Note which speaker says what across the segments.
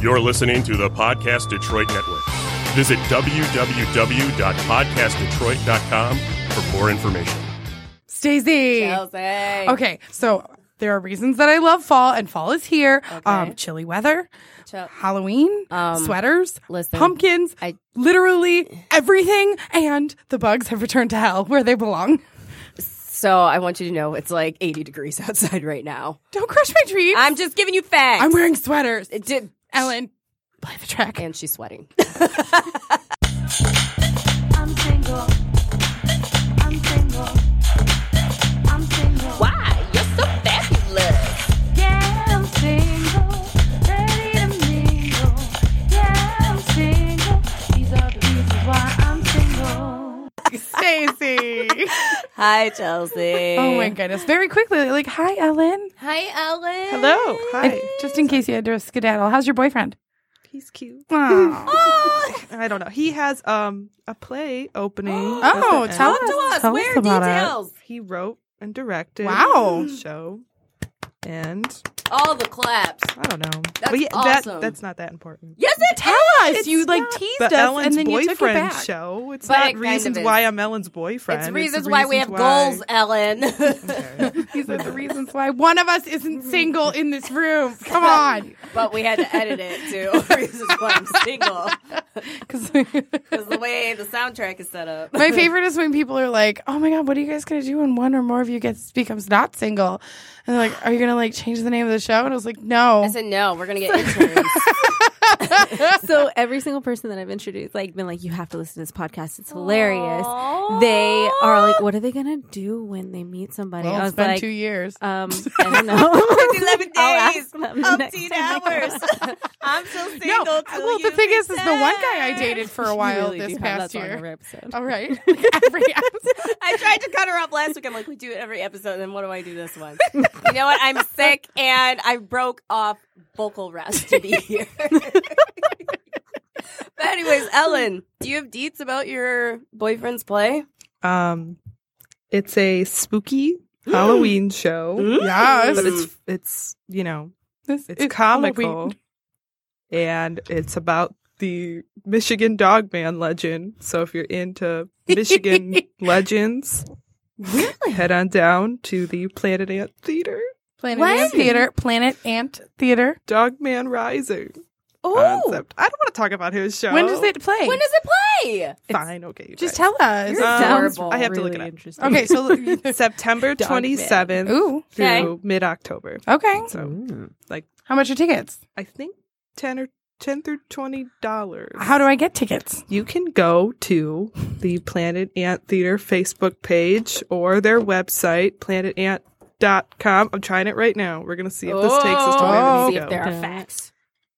Speaker 1: You're listening to the Podcast Detroit Network. Visit www.podcastdetroit.com for more information.
Speaker 2: Stacey.
Speaker 3: Chelsea.
Speaker 2: Okay, so there are reasons that I love fall, and fall is here. Um, chilly weather,
Speaker 3: Chill.
Speaker 2: Halloween,
Speaker 3: Um,
Speaker 2: sweaters,
Speaker 3: listen,
Speaker 2: pumpkins,
Speaker 3: I-
Speaker 2: literally everything, and the bugs have returned to hell where they belong.
Speaker 3: So I want you to know it's like 80 degrees outside right now.
Speaker 2: Don't crush my dreams.
Speaker 3: I'm just giving you facts.
Speaker 2: I'm wearing sweaters.
Speaker 3: It did-
Speaker 2: Ellen, play the track.
Speaker 3: and she's sweating.
Speaker 4: I'm single. I'm single. I'm single.
Speaker 5: Why? You're so fabulous.
Speaker 4: Yeah, I'm single. Ready to mingle. Yeah, I'm single. These are the reasons why I'm single.
Speaker 2: Stacey.
Speaker 3: Hi, Chelsea.
Speaker 2: oh my goodness. Very quickly, like, hi, Ellen.
Speaker 3: Hi, Ellen.
Speaker 6: Hello. Hi.
Speaker 2: And just in case you had to skedaddle, how's your boyfriend?
Speaker 6: He's cute.
Speaker 2: Aw.
Speaker 6: I don't know. He has um a play opening. at the
Speaker 2: Oh,
Speaker 6: end.
Speaker 2: tell
Speaker 3: Talk to us.
Speaker 2: Tell
Speaker 3: Where
Speaker 2: us
Speaker 3: are
Speaker 2: about it.
Speaker 3: details?
Speaker 6: He wrote and directed.
Speaker 2: Wow.
Speaker 6: the Show. And
Speaker 3: All the claps.
Speaker 6: I don't know.
Speaker 3: That's
Speaker 6: But
Speaker 3: awesome.
Speaker 6: That, that's not that important.
Speaker 3: Yes, it
Speaker 2: Tell us. you like teased
Speaker 6: But
Speaker 2: us
Speaker 6: Ellen's
Speaker 2: and then you
Speaker 6: boyfriend
Speaker 2: took it back.
Speaker 6: show. It's
Speaker 3: But it
Speaker 6: not
Speaker 3: kind of
Speaker 6: reasons
Speaker 3: is.
Speaker 6: why I'm Ellen's boyfriend.
Speaker 3: It's reasons why we have goals, Ellen.
Speaker 2: These are the reasons why one of us isn't single in this room. Come on.
Speaker 3: but we had to edit it to reasons why I'm single.
Speaker 2: 'Cause-
Speaker 3: Because the way the soundtrack is set up.
Speaker 2: my favorite is when people are like, "Oh my god, what are you guys gonna do when one or more of you gets becomes not single?" And they're like, "Are you gonna like change the name of the show?" And I was like, "No."
Speaker 3: I said, no, we're going to get interns.
Speaker 7: so every single person that I've introduced, like, been like, you have to listen to this podcast. It's hilarious. They are like, what are they gonna do when they meet somebody?
Speaker 2: Well,
Speaker 7: I
Speaker 2: it's
Speaker 7: was
Speaker 2: been
Speaker 7: like,
Speaker 2: two years.
Speaker 7: um, I don't know.
Speaker 3: 11
Speaker 7: I'll ask
Speaker 3: Oh, days,
Speaker 7: them the next
Speaker 3: 15
Speaker 7: time I go.
Speaker 3: hours. I'm still single.
Speaker 2: no,
Speaker 3: till
Speaker 2: well, the
Speaker 3: you
Speaker 2: thing is, is the
Speaker 3: return.
Speaker 2: one guy I dated for a
Speaker 7: You
Speaker 2: while
Speaker 7: really do
Speaker 2: this
Speaker 7: have
Speaker 2: past
Speaker 7: that song every
Speaker 2: year.
Speaker 7: episode.
Speaker 2: All right, every episode.
Speaker 3: I tried to cut her off last week. I'm like, we do it every episode, and then what do I do this one? you know what? I'm sick, and I broke off vocal rest to be here. but anyways, Ellen, do you have deets about your boyfriend's play?
Speaker 6: Um, it's a spooky Halloween show,
Speaker 2: Yes,
Speaker 6: but it's it's you know
Speaker 2: This
Speaker 6: it's,
Speaker 2: is
Speaker 6: comical,
Speaker 2: Halloween.
Speaker 6: and it's about the Michigan Dogman legend. So if you're into Michigan legends, head on down to the Planet Ant Theater.
Speaker 2: Planet Ant Theater, Planet Ant Theater.
Speaker 6: Dogman Rising
Speaker 3: Oh,
Speaker 6: concept. I don't want to talk about his show.
Speaker 2: When does it play?
Speaker 3: when does it play?
Speaker 6: Fine, okay. you
Speaker 2: Just
Speaker 6: guys.
Speaker 2: tell us.
Speaker 3: You're
Speaker 6: Um,
Speaker 3: adorable.
Speaker 6: I have to
Speaker 7: really
Speaker 6: look it up.
Speaker 7: interesting.
Speaker 2: Okay, so
Speaker 6: September twenty seventh
Speaker 2: ooh,
Speaker 6: through
Speaker 3: Okay.
Speaker 6: mid October.
Speaker 2: okay.
Speaker 6: So
Speaker 2: How much are tickets?
Speaker 6: I think ten or ten through twenty dollars.
Speaker 2: How do I get tickets?
Speaker 6: you can go to the Planet Ant Theater Facebook page or their website, planetant.com. I'm trying it right now. We're gonna see if this takes us to where
Speaker 2: Oh.
Speaker 3: See
Speaker 6: we need to
Speaker 3: if there
Speaker 6: go.
Speaker 3: are facts.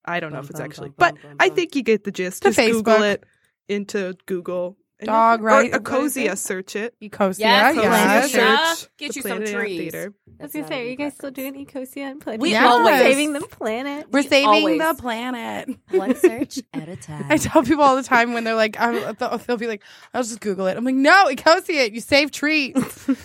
Speaker 6: I don't know
Speaker 3: Bum,
Speaker 6: if it's
Speaker 3: bum,
Speaker 6: actually,
Speaker 3: bum,
Speaker 6: but
Speaker 3: bum, bum,
Speaker 6: I
Speaker 3: bum.
Speaker 6: think you get the gist.
Speaker 2: The
Speaker 6: Just Google
Speaker 2: Facebook.
Speaker 6: it into Google. and
Speaker 2: Dog,
Speaker 6: you-
Speaker 2: right?
Speaker 6: Or
Speaker 2: What is it?
Speaker 6: Ecosia search it.
Speaker 2: Ecosia,
Speaker 3: Yes,
Speaker 2: yes.
Speaker 3: Ecosia.
Speaker 6: Search
Speaker 3: Oh, Get
Speaker 6: the
Speaker 3: you some
Speaker 6: Planet Ant
Speaker 3: trees.
Speaker 6: Theater.
Speaker 7: I was gonna say, are you guys still doing Ecosia and Planet?
Speaker 3: We
Speaker 7: Ant?
Speaker 2: always-
Speaker 7: saving the planet.
Speaker 2: We're saving
Speaker 3: Always.
Speaker 2: the planet.
Speaker 3: One search at a time.
Speaker 2: I tell people all the time when they're like, I'm, they'll they'll be like, I'll just Google it. I'm like, no, Ecosia, you save trees.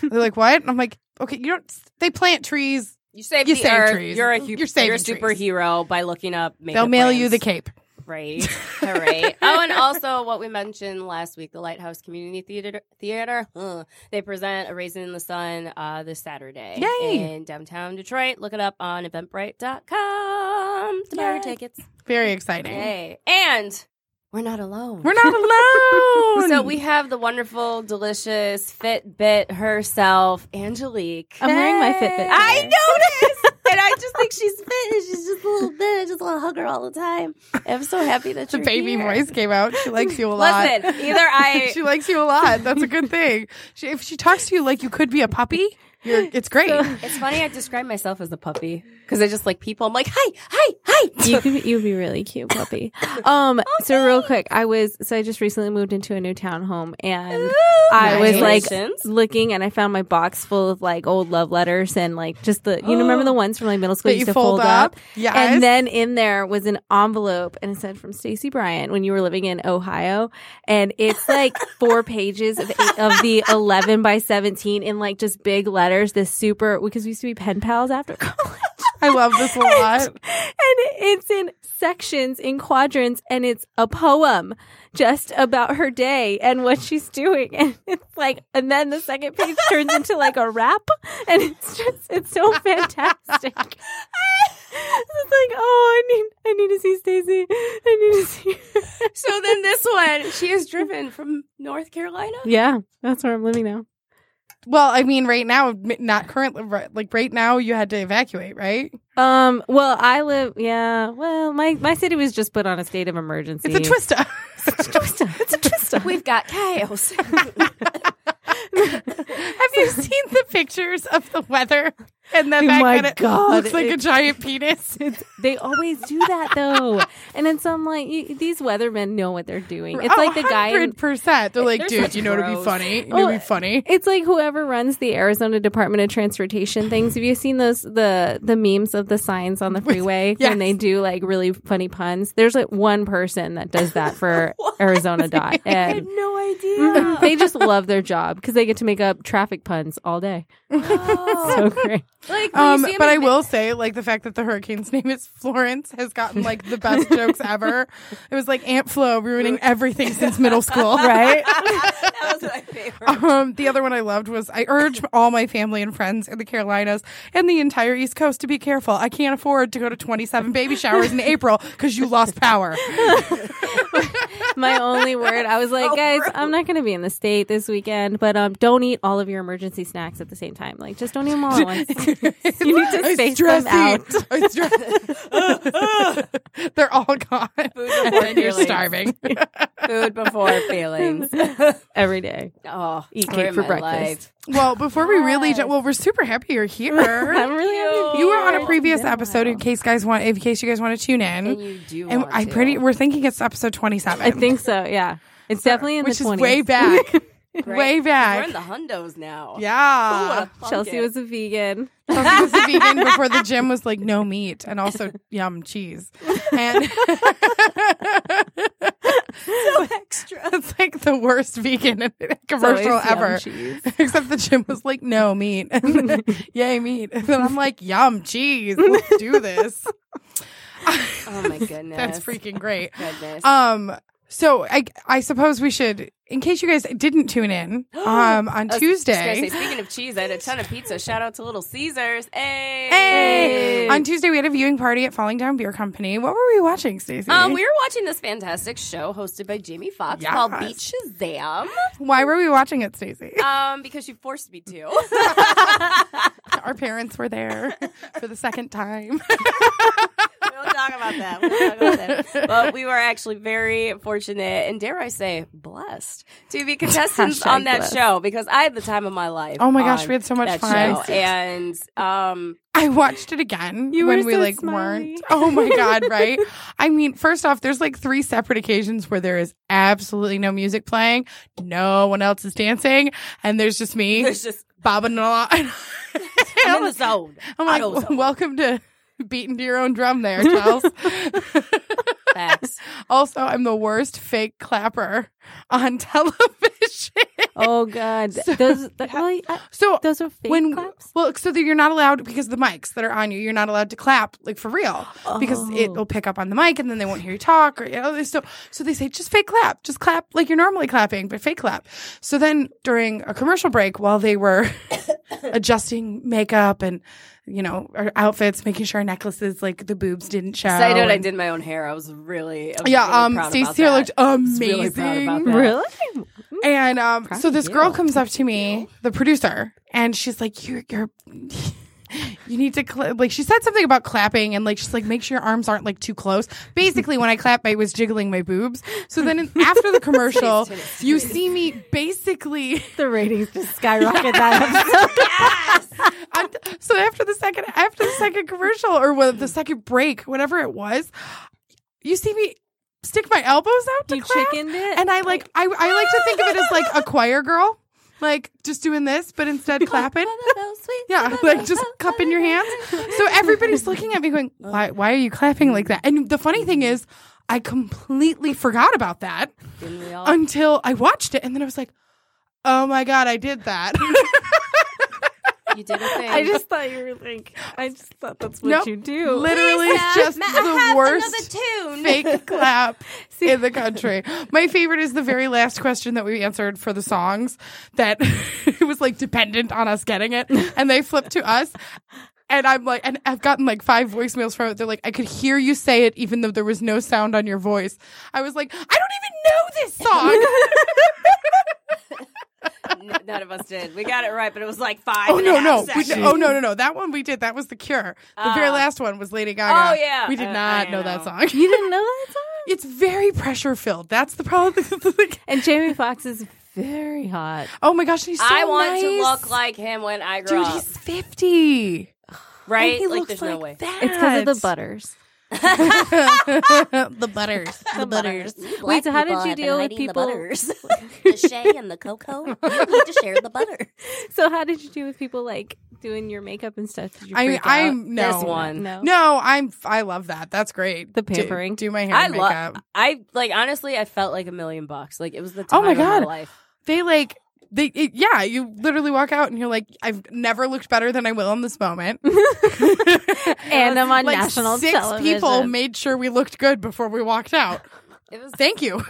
Speaker 2: they're like, what? And I'm like, okay, you don't. They plant trees.
Speaker 3: You save
Speaker 2: You
Speaker 3: the
Speaker 2: save
Speaker 3: earth.
Speaker 2: trees.
Speaker 3: You're a hu-
Speaker 2: You're saving
Speaker 3: you're a
Speaker 2: trees.
Speaker 3: superhero by looking up.
Speaker 2: They'll
Speaker 3: makeup
Speaker 2: mail you
Speaker 3: brands.
Speaker 2: the cape.
Speaker 3: Right. All right. oh, and also what we mentioned last week, the Lighthouse Community Theater. Theater. huh, they present A Raisin in the Sun uh, this Saturday
Speaker 2: Yay.
Speaker 3: in downtown Detroit. Look it up on Eventbrite.com to buy your
Speaker 2: Yay.
Speaker 3: tickets.
Speaker 2: Very exciting.
Speaker 3: Yay. And we're not alone.
Speaker 2: We're not alone.
Speaker 3: so we have the wonderful, delicious Fitbit herself, Angelique.
Speaker 7: I'm wearing my Fitbit. Today.
Speaker 3: I noticed. and I just think she's fit and she's just a little bit. I just want to hug her all the time. I'm so happy that
Speaker 2: the
Speaker 3: you're
Speaker 2: baby
Speaker 3: here.
Speaker 2: voice came out. She likes you a lot.
Speaker 3: Listen, either I
Speaker 2: she likes you a lot. That's a good thing. She, if she talks to you like you could be a puppy, you're, it's great.
Speaker 3: It's funny I describe myself as a puppy because I just like people. I'm like, hi, hi, hi.
Speaker 7: You could be, you'd be really cute, puppy. Um, so real quick, I was so I just recently moved into a new townhome, and I was like
Speaker 3: Congratulations.
Speaker 7: looking, and I found my box full of like old love letters and like just the you remember the ones from like middle school
Speaker 2: That
Speaker 7: you
Speaker 2: you
Speaker 7: used to
Speaker 2: fold
Speaker 7: fold
Speaker 2: up?
Speaker 7: up,
Speaker 2: Yes.
Speaker 7: And then in there was an envelope, and it said from Stacy Bryant when you were living in Ohio, and it's like four pages of eight, of the eleven by seventeen in like just big letters. This super because we used to be pen pals after college.
Speaker 2: I love this a
Speaker 7: and
Speaker 2: lot.
Speaker 7: it's in sections, in quadrants, and it's a poem just about her day and what she's doing. And it's like, and then the second page turns into like a rap, and it's just, it's so fantastic. it's like, oh, I need, I need to see Stacey. I need to see. Her.
Speaker 3: So then this one, she is driven from North Carolina.
Speaker 7: Yeah, that's where I'm living now.
Speaker 2: Well, I mean, right now, m- not currently, right- like right now, you had to evacuate, right?
Speaker 7: Um. Well, I live. Yeah. Well, my my city was just put on a state of emergency.
Speaker 2: It's a twist up.
Speaker 7: It's a twist. It's a twist.
Speaker 3: We've got chaos.
Speaker 2: Have you seen the pictures of the weather? And then
Speaker 7: Oh
Speaker 2: that
Speaker 7: my
Speaker 2: kind of
Speaker 7: God,
Speaker 2: looks like a
Speaker 7: it-
Speaker 2: giant penis.
Speaker 7: They always do that though. and then some like you, these weathermen know what they're doing. It's
Speaker 2: Oh,
Speaker 7: like the guy. in-
Speaker 2: 100%. They're like,
Speaker 7: They're
Speaker 2: dude,
Speaker 7: such
Speaker 2: you know what would be
Speaker 6: pros.
Speaker 2: funny? You know
Speaker 7: Oh,
Speaker 2: what would be funny?
Speaker 7: it's like whoever runs the Arizona Department of Transportation things. Have you seen those the the memes of the signs on the freeway
Speaker 2: yes.
Speaker 7: when they do like really funny puns? There's like one person that does that for Arizona dot, and
Speaker 3: no
Speaker 7: Mhm. they just love their job because they get to make up traffic puns all day. So great.
Speaker 3: like, when you
Speaker 2: Um,
Speaker 3: see 'em
Speaker 2: but
Speaker 3: in
Speaker 2: I
Speaker 3: vi-
Speaker 2: will say, like, the fact that the hurricane's name is Florence has gotten, like, the best jokes ever. It was like Aunt Flo ruining everything since middle school. Right?
Speaker 3: that was my favorite.
Speaker 2: Um, the other one I loved was I urge all my family and friends in the Carolinas and the entire East Coast to be careful. I can't afford to go to 27 baby showers in April because you lost power.
Speaker 7: my only word. I was like,
Speaker 3: So
Speaker 7: guys,
Speaker 3: rude.
Speaker 7: I'm not going to be in the state this weekend, but um, don't eat all of your emergency snacks at the same time. Like, just don't eat them all at once. You need to
Speaker 2: I
Speaker 7: space
Speaker 2: stress
Speaker 7: them out.
Speaker 2: eat. I stress- They're all gone.
Speaker 3: Food before
Speaker 2: And you're
Speaker 3: feelings.
Speaker 2: starving.
Speaker 3: Food before feelings.
Speaker 7: every day.
Speaker 3: oh, eat
Speaker 7: cake for breakfast.
Speaker 2: Well, before we really, ju- well, we're super happy you're here.
Speaker 7: I'm really happy.
Speaker 2: you were on a previous episode in case guys want, in case you guys want to tune in.
Speaker 3: And you do.
Speaker 2: And
Speaker 3: want
Speaker 2: I
Speaker 3: to.
Speaker 2: pretty we're thinking it's episode 27.
Speaker 7: I think so. Yeah, it's definitely in
Speaker 2: which
Speaker 7: the
Speaker 2: is
Speaker 7: 20s.
Speaker 2: way back.
Speaker 3: Great.
Speaker 2: way
Speaker 3: We're in
Speaker 2: back.
Speaker 3: the hundos now. Ooh, what a
Speaker 2: Yeah.
Speaker 3: funk
Speaker 7: Chelsea
Speaker 3: it.
Speaker 7: was a vegan.
Speaker 2: Chelsea was a vegan before the gym was like no meat and also yum cheese. And
Speaker 3: extra.
Speaker 2: it's like the worst vegan
Speaker 7: Always
Speaker 2: commercial
Speaker 7: yum
Speaker 2: ever.
Speaker 7: cheese.
Speaker 2: Except the gym was like no meat. And then, Yay meat. And then I'm like yum cheese. Let's do this.
Speaker 3: Oh my goodness.
Speaker 2: That's freaking great.
Speaker 3: Goodness.
Speaker 2: Um so I I suppose we should in case you guys didn't tune in um on
Speaker 3: I was just gonna
Speaker 2: Tuesday.
Speaker 3: say, speaking of cheese, I had a ton of pizza. Shout out to Little Caesars. Hey.
Speaker 2: Hey! On Tuesday, we had a viewing party at Falling Down Beer Company. What were we watching, Stacey?
Speaker 3: Um, we were watching this fantastic show hosted by Jamie Foxx
Speaker 2: Yes.
Speaker 3: called Beat Shazam.
Speaker 2: Why were we watching it, Stacey?
Speaker 3: Um, because she forced me to.
Speaker 2: Our parents were there for the second time.
Speaker 3: we don't talk about that. We don't talk about that. But we were actually very fortunate and dare I say blessed to be contestants on
Speaker 7: Hashtag
Speaker 3: that
Speaker 7: blessed.
Speaker 3: show because I had the time of my life.
Speaker 2: Oh my gosh,
Speaker 3: on
Speaker 2: we had so much
Speaker 3: that
Speaker 2: fun.
Speaker 3: show. And um,
Speaker 2: I watched it again
Speaker 7: You
Speaker 2: when
Speaker 7: were
Speaker 2: we
Speaker 7: so
Speaker 2: like
Speaker 7: smiley.
Speaker 2: weren't. Oh my god, right? I mean, first off, there's like three separate occasions where there is absolutely no music playing, no one else is dancing, and there's just me
Speaker 3: there's just
Speaker 2: bobbing along.
Speaker 3: I'm in the zone.
Speaker 2: I'm
Speaker 3: I
Speaker 2: like,
Speaker 3: know zone.
Speaker 2: welcome to beating to your own drum there, Charles.
Speaker 3: Facts.
Speaker 2: Also, I'm the worst fake clapper on television.
Speaker 7: Oh God, those that, well, I,
Speaker 2: so
Speaker 7: those are fake
Speaker 2: when
Speaker 7: claps.
Speaker 2: well, so that you're not allowed because the mics that are on you, you're not allowed to clap like for real because
Speaker 7: Oh.
Speaker 2: it'll pick up on the mic and then they won't hear you talk or you know. So so they say just fake clap, just clap like you're normally clapping, but fake clap. So then during a commercial break, while they were adjusting makeup and you know our outfits, making sure our necklaces like the boobs didn't show.
Speaker 3: So I did. I
Speaker 2: and-
Speaker 3: did my own hair. I was really I was really
Speaker 2: Um, Yeah, um,
Speaker 3: proud about
Speaker 2: Stacey looked
Speaker 3: that. I was
Speaker 2: amazing.
Speaker 3: really proud about that.
Speaker 7: Really?
Speaker 2: And um,
Speaker 7: Proud
Speaker 2: so
Speaker 7: of
Speaker 2: this
Speaker 7: you.
Speaker 2: girl comes up to me, the producer, and she's like, "You're, you're, you need to cla like." She said something about clapping, and like she's like, "Make sure your arms aren't like too close." Basically, when I clap, I was jiggling my boobs. So then in- after the commercial, you see me basically.
Speaker 7: The ratings just skyrocket that episode.
Speaker 2: I'm- so after the second, after the second commercial or what, the second break, whatever it was, you see me stick my elbows out to
Speaker 7: You
Speaker 2: clap.
Speaker 7: chickened it.
Speaker 2: And I like I, I like to think of it as like a choir girl, like just doing this, but instead clapping. Yeah, like just cup in your hands. So everybody's looking at me going, "Why? Why are you clapping like that?" And the funny thing is, I completely forgot about that
Speaker 3: Didn't we all?
Speaker 2: until I watched it, and then I was like, "Oh my god, I did that."
Speaker 3: You did a thing.
Speaker 7: I just thought you were like, I just thought that's what
Speaker 2: Nope.
Speaker 7: you do.
Speaker 2: Literally, it's just the worst
Speaker 3: tune.
Speaker 2: fake clap in the country. My favorite is the very last question that we answered for the songs that it was like dependent on us getting it, and they flipped to us. And I'm like, and I've gotten like five voicemails from it. They're like, I could hear you say it even though there was no sound on your voice. I was like, I don't even know this song.
Speaker 3: N- None of us did. We got it right, but it was like five.
Speaker 2: oh,
Speaker 3: and a
Speaker 2: no,
Speaker 3: half
Speaker 2: no. We,
Speaker 3: seconds.
Speaker 2: oh, no, no, no. That one we did. That was The Cure. The very
Speaker 3: Ah.
Speaker 2: last one was Lady Gaga.
Speaker 3: Oh, yeah.
Speaker 2: We did
Speaker 3: Uh,
Speaker 2: not
Speaker 3: I
Speaker 2: know,
Speaker 3: know.
Speaker 2: that song.
Speaker 7: You didn't know that song?
Speaker 2: it's very pressure filled. That's the problem. Like,
Speaker 7: And Jamie Foxx is very hot.
Speaker 2: oh my gosh, he's so
Speaker 3: I want
Speaker 2: nice.
Speaker 3: to look like him when I grow
Speaker 2: Dude,
Speaker 3: up.
Speaker 2: he's 50.
Speaker 3: Right?
Speaker 2: And he
Speaker 3: like,
Speaker 2: looks
Speaker 3: there's no way.
Speaker 2: that.
Speaker 7: It's because of the butters.
Speaker 2: the butters. The butters.
Speaker 7: Wait, so how did you deal with people?
Speaker 5: the Shay and the Coco. You need to share the butter.
Speaker 7: So how did you do with people like doing your makeup and stuff? Did you
Speaker 2: I mean,
Speaker 7: freak out?
Speaker 2: I'm no.
Speaker 3: This one.
Speaker 7: No.
Speaker 2: No, I'm I love that. That's great.
Speaker 7: The
Speaker 2: Do-
Speaker 7: pampering.
Speaker 2: Do, my hair
Speaker 3: I
Speaker 2: and
Speaker 3: love.
Speaker 2: makeup.
Speaker 3: I like honestly. I felt like a million bucks. Like it was the time
Speaker 2: Oh my
Speaker 3: of
Speaker 2: God.
Speaker 3: my life.
Speaker 2: they like they it, yeah, you literally walk out and you're like I've never looked better than I will in this moment.
Speaker 7: And I'm on
Speaker 2: like
Speaker 7: national
Speaker 2: six
Speaker 7: television.
Speaker 2: people made sure we looked good before we walked out.
Speaker 3: It was
Speaker 2: Thank you. and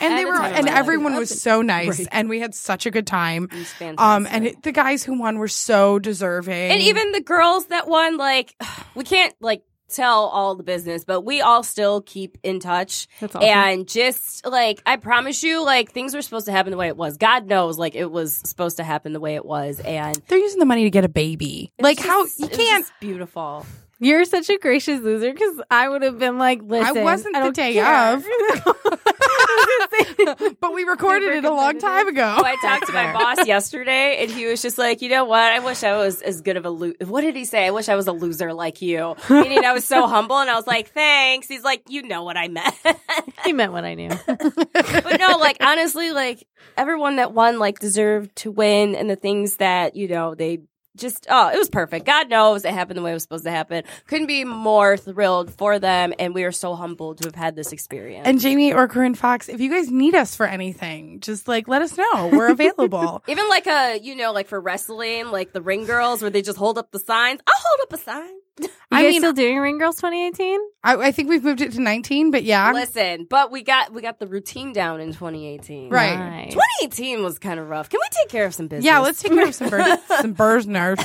Speaker 2: they
Speaker 3: the
Speaker 2: were
Speaker 3: time of
Speaker 2: and
Speaker 3: my life.
Speaker 2: everyone was so nice and we had such a good time.
Speaker 3: it was fantastic.
Speaker 2: Um and it, the guys who won were so deserving.
Speaker 3: and even the girls that won, like we can't like tell all the business, but we all still keep in touch.
Speaker 7: That's awesome.
Speaker 3: And just like I promise you, like things were supposed to happen the way it was. God knows, like it was supposed to happen the way it was, and
Speaker 2: they're using the money to get a baby.
Speaker 3: it
Speaker 2: Like
Speaker 3: was
Speaker 2: how
Speaker 3: just-
Speaker 2: you
Speaker 3: it was
Speaker 2: can't
Speaker 3: just beautiful.
Speaker 7: You're such a gracious loser because I would have been like, listen,
Speaker 2: wasn't
Speaker 7: I
Speaker 2: the
Speaker 7: don't
Speaker 2: day
Speaker 7: care.
Speaker 2: of. but we recorded it a long time ago.
Speaker 3: So I talked to my boss yesterday, and he was just like, you know what? I wish I was as good of a lo- what did he say? I wish I was a loser like you. Meaning I was so humble, and I was like, thanks. He's like, you know what I meant.
Speaker 7: he meant what I knew.
Speaker 3: but no, like honestly, like everyone that won like deserved to win, and the things that you know they just oh, it was perfect. God knows it happened the way it was supposed to happen. Couldn't be more thrilled for them, and we are so humbled to have had this experience.
Speaker 2: And Jamie or Corinne Fox, if you guys need us for anything, just like let us know. We're available.
Speaker 3: Even like a you know like for wrestling, like the ring girls where they just hold up the signs. I'll hold up a sign.
Speaker 7: You
Speaker 2: I
Speaker 7: guys
Speaker 2: mean-
Speaker 7: still doing Ring Girls 2018?
Speaker 2: I, I think we've moved it to 19, but yeah.
Speaker 3: Listen, but we got we got the routine down in 2018.
Speaker 2: Right.
Speaker 7: Nice.
Speaker 3: 2018 was kind of rough. Can we take care of some business?
Speaker 2: yeah, let's take care of some birds. some birds nurse.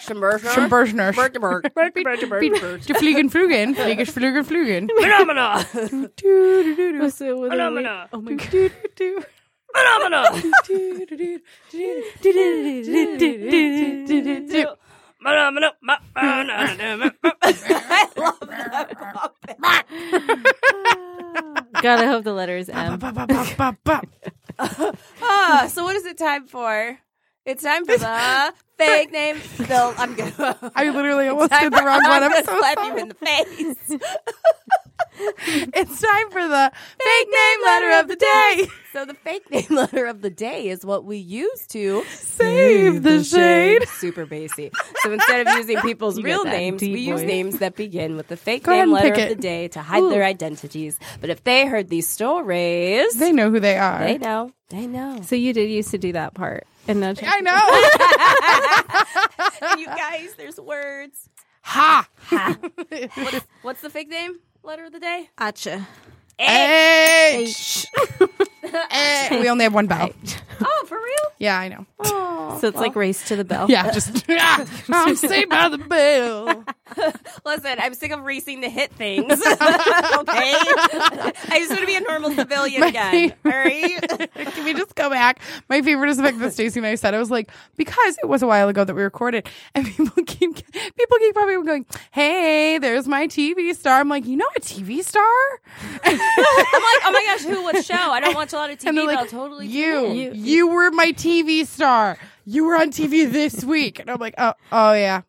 Speaker 3: Shimmer-
Speaker 2: Some birds nurse.
Speaker 3: Bird to bird.
Speaker 2: Die fliegen flugen. Fliegen flugen flugen.
Speaker 3: Phenomena.
Speaker 7: So with a
Speaker 3: Phenomena.
Speaker 7: ring- Oh my god.
Speaker 3: Phenomena. Phenomena. I love that puppet.
Speaker 7: God, I hope the letter is M.
Speaker 2: Ba, ba, ba, ba, ba.
Speaker 3: Ah, so what is it time for? It's time for the fake name. No, I'm gonna.
Speaker 2: I literally almost did the wrong one.
Speaker 3: I'm
Speaker 2: I'm
Speaker 3: gonna
Speaker 2: so
Speaker 3: slap
Speaker 2: sorry.
Speaker 3: you in the face.
Speaker 2: It's time for the fake name letter of the day.
Speaker 3: So the fake name letter of the day is what we use to
Speaker 2: Save the shade.
Speaker 3: Super basic. So instead of using people's real
Speaker 7: that
Speaker 3: names,
Speaker 7: deep
Speaker 3: we use
Speaker 7: voice.
Speaker 3: names that begin with the fake
Speaker 2: Go ahead
Speaker 3: name
Speaker 2: and
Speaker 3: letter
Speaker 2: pick
Speaker 3: of the
Speaker 2: it.
Speaker 3: day to hide their identities. But if they heard these stories,
Speaker 2: They know who they are.
Speaker 3: they know. They know.
Speaker 7: So you did used to do that part. And now
Speaker 2: I know.
Speaker 3: you guys, there's words.
Speaker 2: ha.
Speaker 3: What's, what's the fake name letter of the day?
Speaker 7: Acha.
Speaker 2: H. Eh, We only have one vowel.
Speaker 3: Oh, for real?
Speaker 2: Yeah, I know.
Speaker 7: So it's like race to the bell.
Speaker 2: Yeah, just ah, I'm saved by the bell.
Speaker 3: Listen, I'm sick of racing to hit things. okay? I just want to be a normal civilian again. All right?
Speaker 2: Can we just go back? My favorite is the fact that Stacey and I said I was like because it was a while ago that we recorded, and people keep people keep probably going, "Hey, there's my TV star." I'm like, you know a TV star?
Speaker 3: I'm like, oh my gosh, who? What show? I don't watch a lot of TV,
Speaker 2: and they're
Speaker 3: but
Speaker 2: like,
Speaker 3: I'll totally tune
Speaker 2: you,
Speaker 3: in.
Speaker 2: you, were my TV star. You were on TV this week, and I'm like, oh, oh yeah.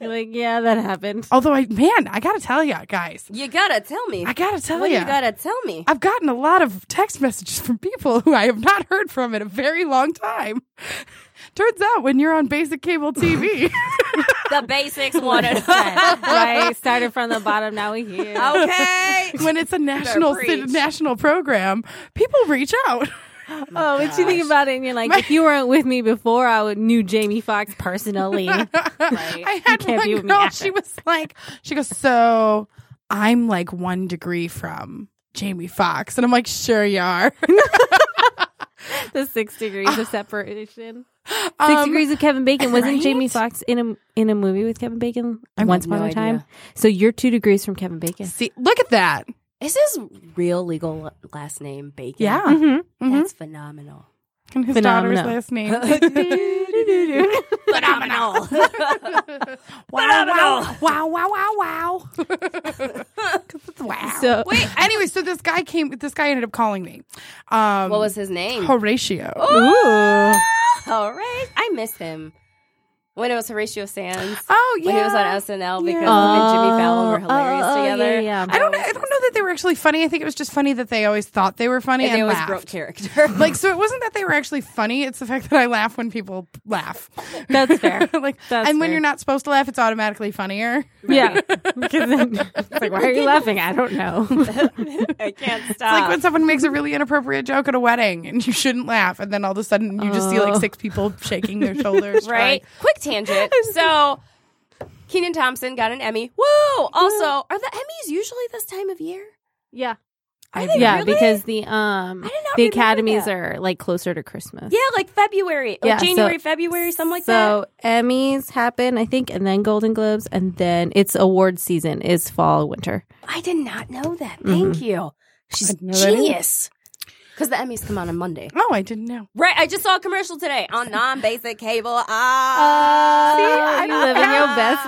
Speaker 7: You're like, yeah, that happened.
Speaker 2: Although I, man, I gotta tell you guys,
Speaker 3: You gotta tell me.
Speaker 2: I gotta tell
Speaker 3: what do
Speaker 2: ya.
Speaker 3: you gotta tell me?
Speaker 2: I've gotten a lot of text messages from people who I have not heard from in a very long time. Turns out when you're on basic cable TV,
Speaker 3: The basics one and
Speaker 7: right? Started from the bottom, now we here.
Speaker 3: Okay.
Speaker 2: when it's a national
Speaker 3: preach.
Speaker 2: national program, people reach out.
Speaker 7: Oh, but you think about it and you're like, if you weren't with me before, I would knew Jamie Foxx personally.
Speaker 2: I had
Speaker 7: You can't be
Speaker 2: one
Speaker 7: with me
Speaker 2: girl.
Speaker 7: after.
Speaker 2: She was like, she goes, so I'm like one degree from Jamie Foxx, and I'm like, sure you are.
Speaker 7: the six degrees of separation. Six
Speaker 2: Um,
Speaker 7: degrees of Kevin Bacon. Wasn't
Speaker 2: right?
Speaker 7: Jamie Foxx in a in a movie with Kevin Bacon
Speaker 3: I have
Speaker 7: once
Speaker 3: no
Speaker 7: upon a
Speaker 3: idea.
Speaker 7: time? So you're two degrees from Kevin Bacon.
Speaker 2: See, look at that.
Speaker 3: Is his real legal la- last name Bacon?
Speaker 7: Mm-hmm.
Speaker 3: That's phenomenal.
Speaker 2: And his
Speaker 7: Phenomenal.
Speaker 2: daughter's last name.
Speaker 3: phenomenal.
Speaker 2: wow, wow, wow, wow, wow. wow.
Speaker 7: So-
Speaker 2: Wait, anyway, so this guy came, this guy ended up calling me. Um,
Speaker 3: what was his name?
Speaker 2: Horatio.
Speaker 7: Ooh.
Speaker 3: All right. I miss him. When it was Horatio Sands.
Speaker 2: Oh, yeah.
Speaker 3: When he was on SNL because him and
Speaker 7: Oh,
Speaker 3: Jimmy Fallon were hilarious
Speaker 7: oh, oh,
Speaker 3: together.
Speaker 7: yeah, yeah.
Speaker 2: I don't, I don't know that they were actually funny. I think it was just funny that they always thought they were funny
Speaker 3: And
Speaker 2: and,
Speaker 3: they always
Speaker 2: laughed.
Speaker 3: broke character.
Speaker 2: Like, so it wasn't that they were actually funny. It's the fact that I laugh when people laugh.
Speaker 7: That's fair.
Speaker 2: like,
Speaker 7: That's
Speaker 2: and when
Speaker 7: fair.
Speaker 2: you're not supposed to laugh, it's automatically funnier.
Speaker 7: Yeah. Because then- it's like, why are you laughing? I don't know.
Speaker 3: I can't
Speaker 2: It's
Speaker 3: stop.
Speaker 2: like when someone makes a really inappropriate joke at a wedding and you shouldn't laugh, and then all of a sudden you just see like
Speaker 7: Oh.
Speaker 2: six people shaking their shoulders.
Speaker 3: right? Quick tangent. So Keenan Thompson got an Emmy. Woo! Also, are the Emmys usually this time of year?
Speaker 7: yeah.
Speaker 3: Are they
Speaker 7: Yeah,
Speaker 3: really?
Speaker 7: because the um
Speaker 3: I did not
Speaker 7: the
Speaker 3: remember
Speaker 7: academies
Speaker 3: that.
Speaker 7: are like closer to Christmas.
Speaker 3: Yeah, like February. Like
Speaker 7: Yeah, so-
Speaker 3: January, February, something like that.
Speaker 7: so Emmys happen, I think, and then Golden Globes, and then it's award season is fall winter.
Speaker 3: I did not know that. Thank you. She's
Speaker 2: didn't know that either.
Speaker 3: genius. Because the Emmys come out on Monday.
Speaker 2: Oh, I didn't know.
Speaker 3: Right, I just saw a commercial today on non-basic cable. Ah.
Speaker 7: Oh, you living your best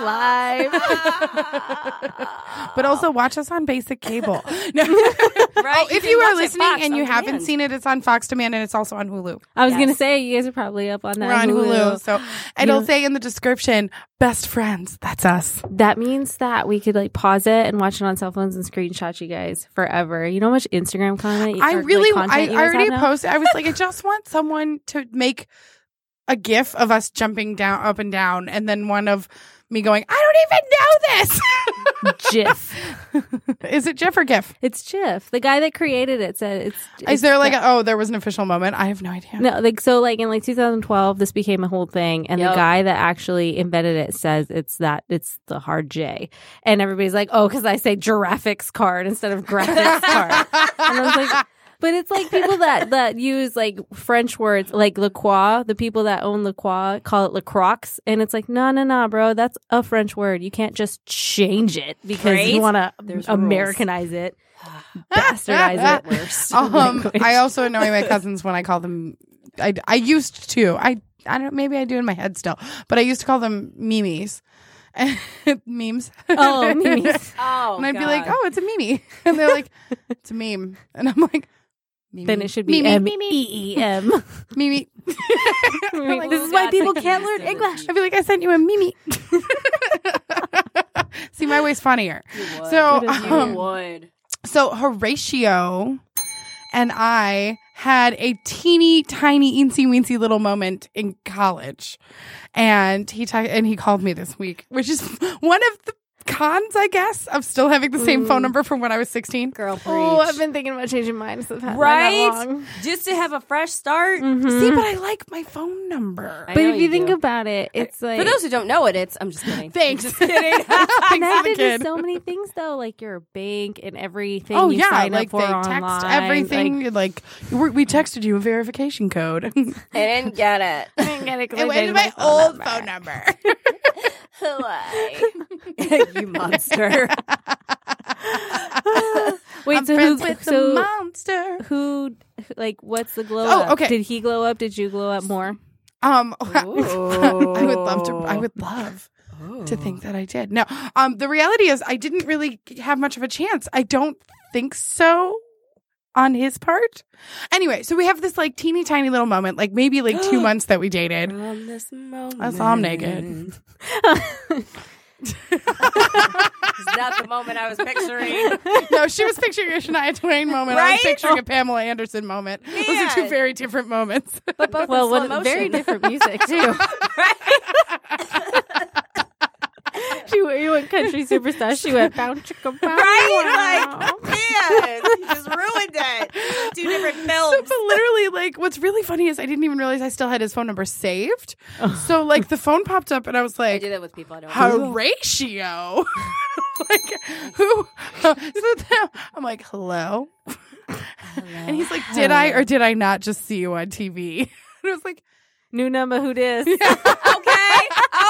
Speaker 7: life.
Speaker 2: But also watch us on basic cable. No. oh, if
Speaker 3: can
Speaker 2: you, are
Speaker 3: watch it,
Speaker 2: listening
Speaker 3: Fox
Speaker 2: and you
Speaker 3: on
Speaker 2: haven't
Speaker 3: demand.
Speaker 2: seen it, it's on Fox Demand and it's also on Hulu.
Speaker 7: I was gonna say you guys are probably up on that.
Speaker 2: We're on Hulu. So it'll
Speaker 7: You-
Speaker 2: say in the description, best friends. That's us.
Speaker 7: That means that we could like pause it and watch it on cell phones and screenshot you guys forever. You know how much Instagram comment?
Speaker 2: I
Speaker 7: or, like,
Speaker 2: really,
Speaker 7: content
Speaker 2: I,
Speaker 7: you guys
Speaker 2: I
Speaker 7: have
Speaker 2: already
Speaker 7: now?
Speaker 2: posted. I was like, I just want someone to make a gif of us jumping down, up and down, and then one of me going, I don't
Speaker 7: GIF.
Speaker 2: even know this. Is it GIF or GIF?
Speaker 7: It's GIF. The guy that created it said it's.
Speaker 2: Is there like, a, oh, there was an official moment? I have no idea.
Speaker 7: No, like so, like in like 2012, this became a whole thing, and
Speaker 3: Yep.
Speaker 7: the guy that actually invented it says it's that it's the hard J, and everybody's like, oh, because I say graphics card instead of graphics card, and I was like. But it's like people that, that use like French words like La Croix, the people that own La Croix call it La Croix. And it's like, no, no, no, bro, that's a French word. You can't just change it because you
Speaker 3: Right?
Speaker 7: want to
Speaker 3: There's rules.
Speaker 7: Americanize it, bastardize it.
Speaker 3: Worst.
Speaker 2: Um,
Speaker 7: Language.
Speaker 2: I also annoy my cousins when I call them. I, I used to. I I don't. Maybe I do in my head still, but I used to call them memes. memes.
Speaker 7: Oh, memes.
Speaker 3: Oh,
Speaker 2: and I'd be
Speaker 3: God.
Speaker 2: like, "Oh, it's a meme," and they're like, "It's a meme," and I'm like, meme.
Speaker 7: Then it should be M E E M.
Speaker 2: meme."
Speaker 7: Wait,
Speaker 3: Like,
Speaker 7: this
Speaker 3: oh
Speaker 7: is why
Speaker 3: God,
Speaker 7: people
Speaker 3: thank
Speaker 7: can't
Speaker 3: you,
Speaker 7: learn
Speaker 3: Mr.
Speaker 7: English.
Speaker 2: I'd be like, "I sent you a meme." See, my way's funnier. So,
Speaker 3: You
Speaker 2: um,
Speaker 3: would.
Speaker 2: so Horatio and I had a teeny tiny eensy weensy little moment in college, and he t- and he called me this week, which is one of the cons, I guess, of still having the same phone number from when I was sixteen.
Speaker 3: Girl, preach.
Speaker 7: Oh, I've been thinking about changing mine since that
Speaker 3: Right?
Speaker 7: Not long.
Speaker 3: Just to have a fresh start.
Speaker 2: See, but I like my phone number.
Speaker 3: I
Speaker 7: But
Speaker 3: know
Speaker 7: if you, think
Speaker 3: do.
Speaker 7: about it, it's like
Speaker 3: For those who don't know it, it's. I'm just kidding.
Speaker 2: Thanks. Just kidding.
Speaker 7: connected to
Speaker 2: kid.
Speaker 7: so many things, though, like your bank and everything.
Speaker 2: Oh
Speaker 7: you
Speaker 2: yeah,
Speaker 7: sign
Speaker 2: like
Speaker 7: up for
Speaker 2: they
Speaker 7: online.
Speaker 2: text everything. Like, we we texted you a verification code. it
Speaker 3: I didn't get it.
Speaker 2: went to my old phone number.
Speaker 3: you monster.
Speaker 7: Wait,
Speaker 2: I'm
Speaker 7: so
Speaker 2: friends
Speaker 7: who,
Speaker 2: with the
Speaker 7: so
Speaker 2: monster.
Speaker 7: who, like, what's the glow
Speaker 2: Oh,
Speaker 7: up?
Speaker 2: okay.
Speaker 7: Did he glow up? Did you glow up more?
Speaker 2: Um, I would love to. I would love to think that I did. No, um, the reality is I didn't really have much of a chance. I don't think so on his part. Anyway, so we have this like teeny tiny little moment, like maybe like two months that we dated.
Speaker 7: Oh,
Speaker 3: From this moment.
Speaker 2: I saw him naked.
Speaker 3: It's not the moment I was picturing.
Speaker 2: No, she was picturing a Shania Twain moment. I was
Speaker 3: Right?
Speaker 2: picturing a Pamela Anderson moment. Those are two
Speaker 3: Man.
Speaker 2: very different moments.
Speaker 3: But both
Speaker 7: Well,
Speaker 3: in slow
Speaker 7: what,
Speaker 3: motion.
Speaker 7: very different music too. she you went country superstar. She went bound chicka bound.
Speaker 3: Right? Like, man, you just ruined it. Two different films.
Speaker 2: but literally, like, what's really funny is I didn't even realize I still had his phone number saved. so like the phone popped up and I was
Speaker 3: I
Speaker 2: like,
Speaker 3: do that with people I don't.
Speaker 2: Horatio. like who? so then I'm like, hello? And he's like, did I or did I not just see you on TV? And I was like,
Speaker 7: New number, who dis?
Speaker 3: okay,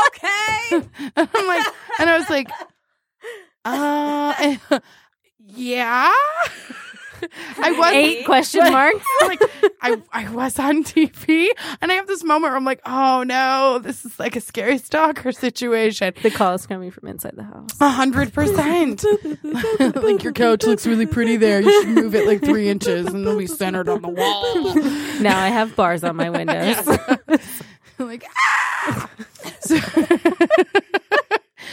Speaker 3: okay.
Speaker 2: and I'm like, and I was like, uh, yeah. I was
Speaker 7: Eight question marks.
Speaker 2: like I, I was on TV and I have this moment where I'm like, oh no, this is like a scary stalker situation.
Speaker 7: The call is coming from inside the house.
Speaker 2: A hundred percent. Like your couch looks really pretty there. You should move it like three inches and it'll be centered on the wall.
Speaker 7: Now I have bars on my windows.
Speaker 2: like ah! so,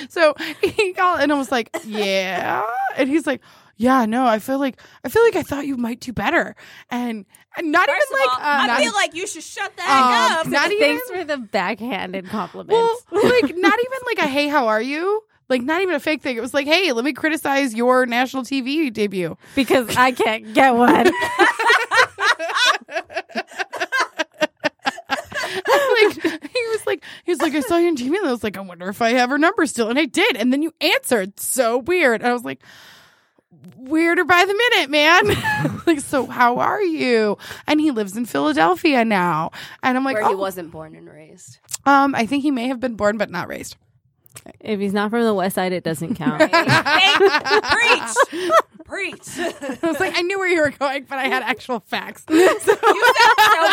Speaker 2: so he called and I was like, yeah, and he's like. Yeah, no, I feel like I feel like I thought you might do better, and, and not
Speaker 3: First of
Speaker 2: even like
Speaker 3: all,
Speaker 2: uh,
Speaker 3: I
Speaker 2: not,
Speaker 3: feel like you should shut the heck
Speaker 2: um,
Speaker 3: up.
Speaker 2: not even
Speaker 7: Thanks for the backhanded compliments.
Speaker 2: well, like not even like a hey, how are you? Like not even a fake thing. It was like, hey, let me criticize your national TV debut.
Speaker 7: because I can't get one.
Speaker 2: like he was like he was like I saw you on TV and I was like I wonder if I have her number still and I did and then you answered so weird and I was like weirder by the minute man like so how are you and he lives in Philadelphia now and I'm like
Speaker 3: Where
Speaker 2: oh,
Speaker 3: he wasn't born and raised.
Speaker 2: um I think he may have been born but not raised
Speaker 7: if he's not from the west side, it doesn't count.
Speaker 3: Hey, preach, preach.
Speaker 2: I was like I knew where you were going but I had actual facts
Speaker 3: You sound so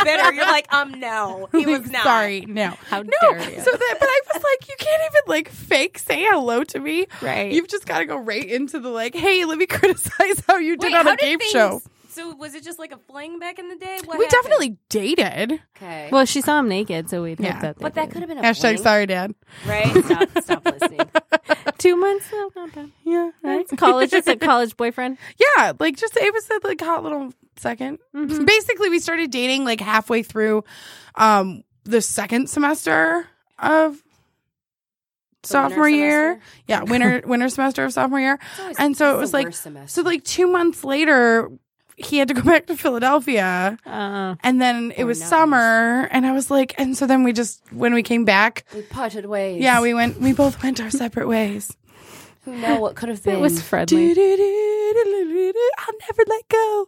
Speaker 3: bitter. You're like, um, no, he was not.
Speaker 2: sorry no
Speaker 7: How
Speaker 2: No,
Speaker 7: dare you?
Speaker 2: so that but I was like, you can't even like fake say hello to me.
Speaker 7: Right.
Speaker 2: You've just got to go right into the like, hey, let me criticize how you did
Speaker 3: Wait,
Speaker 2: on
Speaker 3: how
Speaker 2: a game
Speaker 3: things-
Speaker 2: show.
Speaker 3: So was it just like a fling back in the day? What
Speaker 2: we
Speaker 3: happened?
Speaker 2: definitely dated.
Speaker 3: okay.
Speaker 7: well, she saw him naked, so we think
Speaker 2: Yeah.
Speaker 7: that. they
Speaker 5: But that
Speaker 7: did.
Speaker 5: could have been a
Speaker 2: Hashtag
Speaker 5: fling.
Speaker 2: sorry, Dad.
Speaker 3: right. Stop, stop listening.
Speaker 7: two months. No, not bad.
Speaker 2: Yeah,
Speaker 7: Right? college, just a college boyfriend.
Speaker 2: yeah. Like just it was a like hot little 2nd
Speaker 3: Mm-hmm.
Speaker 2: Basically, we started dating like halfway through um the second semester of sophomore year.
Speaker 3: semester?
Speaker 2: Yeah, winter winter semester of sophomore year.
Speaker 3: always-
Speaker 2: And so
Speaker 3: it's
Speaker 2: it
Speaker 3: the
Speaker 2: was like
Speaker 3: worst
Speaker 2: so
Speaker 3: semester.
Speaker 2: like two months later, he had to go back to Philadelphia.
Speaker 3: Uh-uh.
Speaker 7: Uh,
Speaker 2: And then it
Speaker 3: Or
Speaker 2: was
Speaker 3: not.
Speaker 2: summer, and I was like, and so then we just when we came back,
Speaker 3: We parted ways.
Speaker 2: yeah, we went, we both went our separate ways.
Speaker 3: Who know what could have been?
Speaker 7: it was
Speaker 2: Do, do,
Speaker 7: friendly.
Speaker 2: do, do, do, do, do, I'll never let go.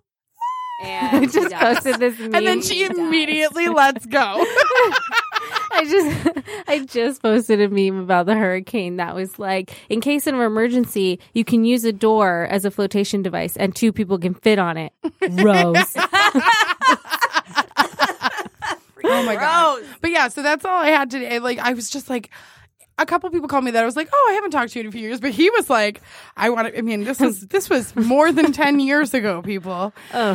Speaker 7: I
Speaker 3: And
Speaker 7: just posted this, meme.
Speaker 2: And then she immediately lets go.
Speaker 7: I just, I just posted a meme about the hurricane that was like, in case of an emergency, you can use a door as a flotation device, and two people can fit on it. Rose.
Speaker 2: oh my god! But yeah, so that's all I had today. Like I was just like. A couple people called me that I was like, "Oh, I haven't talked to you in a few years," but he was like, "I want to." I mean, this was this was more than ten years ago, people.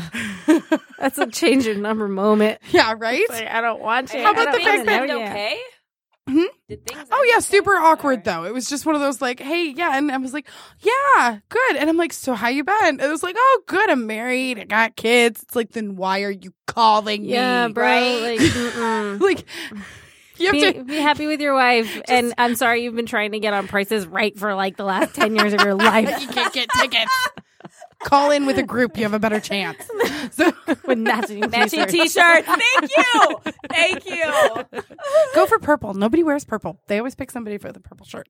Speaker 7: That's a change of number moment.
Speaker 2: Yeah, right.
Speaker 7: I don't want it.
Speaker 2: How about the fact
Speaker 3: things
Speaker 2: that-
Speaker 3: end okay? Did things
Speaker 2: Oh
Speaker 3: end
Speaker 2: yeah,
Speaker 3: okay?
Speaker 2: super awkward
Speaker 3: Sorry.
Speaker 2: though. It was just one of those like, hey, yeah, and I was like, yeah, good. And I'm like, so how you been? And it was like, oh, good. I'm married. I got kids. It's like, then why are you calling
Speaker 7: Yeah,
Speaker 2: me?
Speaker 7: bro. Like, mm-mm.
Speaker 2: Like, you have
Speaker 7: be,
Speaker 2: to.
Speaker 7: be happy with your wife. and I'm sorry you've been trying to get on prices right for like the last 10 years of your life.
Speaker 2: You can't get tickets. Call in with a group. You have a better chance. So
Speaker 7: with matching
Speaker 3: Matching
Speaker 7: t-shirts.
Speaker 3: t-shirts. Thank you. Thank you.
Speaker 2: go for purple. Nobody wears purple. They always pick somebody for the purple shirt.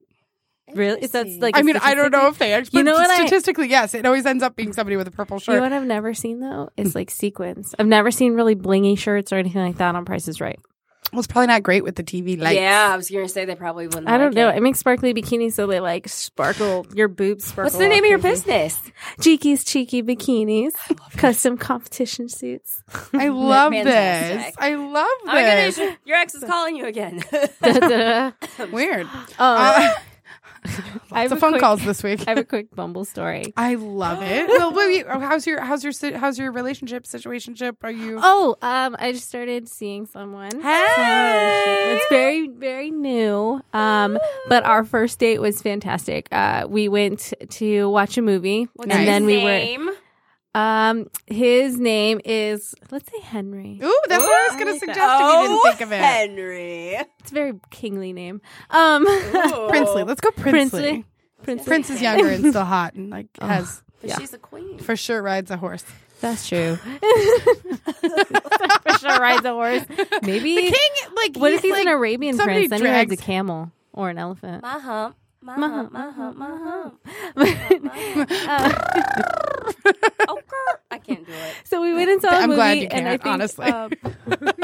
Speaker 7: Really? Is that's like
Speaker 2: I mean, I don't know if they actually.
Speaker 7: You know what I-
Speaker 2: statistically, yes, it always ends up being somebody with a purple
Speaker 7: You know Mm.
Speaker 2: shirt.
Speaker 7: what I've never seen though is like sequins. I've never seen really blingy shirts or anything like that on Price is Right.
Speaker 2: well, it's probably not great with the TV lights.
Speaker 3: Yeah, I was gonna say they probably wouldn't.
Speaker 7: I don't
Speaker 3: like
Speaker 7: know.
Speaker 3: It.
Speaker 7: It makes sparkly bikinis so they like sparkle your boobs. Sparkle
Speaker 3: What's the name of your
Speaker 7: business?
Speaker 3: business?
Speaker 7: Cheeky's cheeky bikinis, custom competition suits.
Speaker 2: I love this.
Speaker 3: Fantastic.
Speaker 2: I
Speaker 3: Oh my
Speaker 2: love
Speaker 3: goodness,
Speaker 2: this.
Speaker 3: your- your ex is calling you again.
Speaker 7: Da-da.
Speaker 2: Weird. Uh,
Speaker 7: Um, I
Speaker 2: It's
Speaker 7: have
Speaker 2: a
Speaker 7: a
Speaker 2: phone
Speaker 7: quick-
Speaker 2: calls this week.
Speaker 7: I have a quick Bumble story.
Speaker 2: I love it. Well, wait, wait, oh, how's your how's your si- how's your relationship situationship? Are you?
Speaker 7: Oh, um, I just started seeing someone. Hey! It's very, very new. Um, but our first date was fantastic. Uh, we went to watch a movie,
Speaker 2: Nice.
Speaker 7: and then we were.
Speaker 3: Name?
Speaker 7: Um, his name is let's say Henry.
Speaker 2: Ooh, that's what I was going to suggest if you
Speaker 3: Oh,
Speaker 2: didn't think of it.
Speaker 3: Henry.
Speaker 7: It's a very kingly name. Um,
Speaker 3: Ooh.
Speaker 2: Princely. Let's go Princely.
Speaker 7: Princely. Prince.
Speaker 2: Prince is younger and still hot and like has
Speaker 3: But she's a queen.
Speaker 2: for sure rides a horse.
Speaker 7: That's true. Krishna rides a horse. Maybe.
Speaker 2: The king, like,
Speaker 7: what
Speaker 2: he's
Speaker 7: if he's
Speaker 2: like,
Speaker 7: an Arabian
Speaker 2: somebody
Speaker 7: prince? Then he rides a
Speaker 2: drags-
Speaker 7: camel or an elephant.
Speaker 5: My
Speaker 3: Uh-huh.
Speaker 5: hump. My
Speaker 7: My
Speaker 5: hump.
Speaker 7: hump,
Speaker 5: My hump. My hump.
Speaker 3: uh-huh. Oh, I can't do it.
Speaker 7: so we went and saw a
Speaker 2: I'm
Speaker 7: movie,
Speaker 2: glad you
Speaker 7: and I
Speaker 2: can't,
Speaker 7: think
Speaker 2: honestly.
Speaker 3: uh,
Speaker 7: um,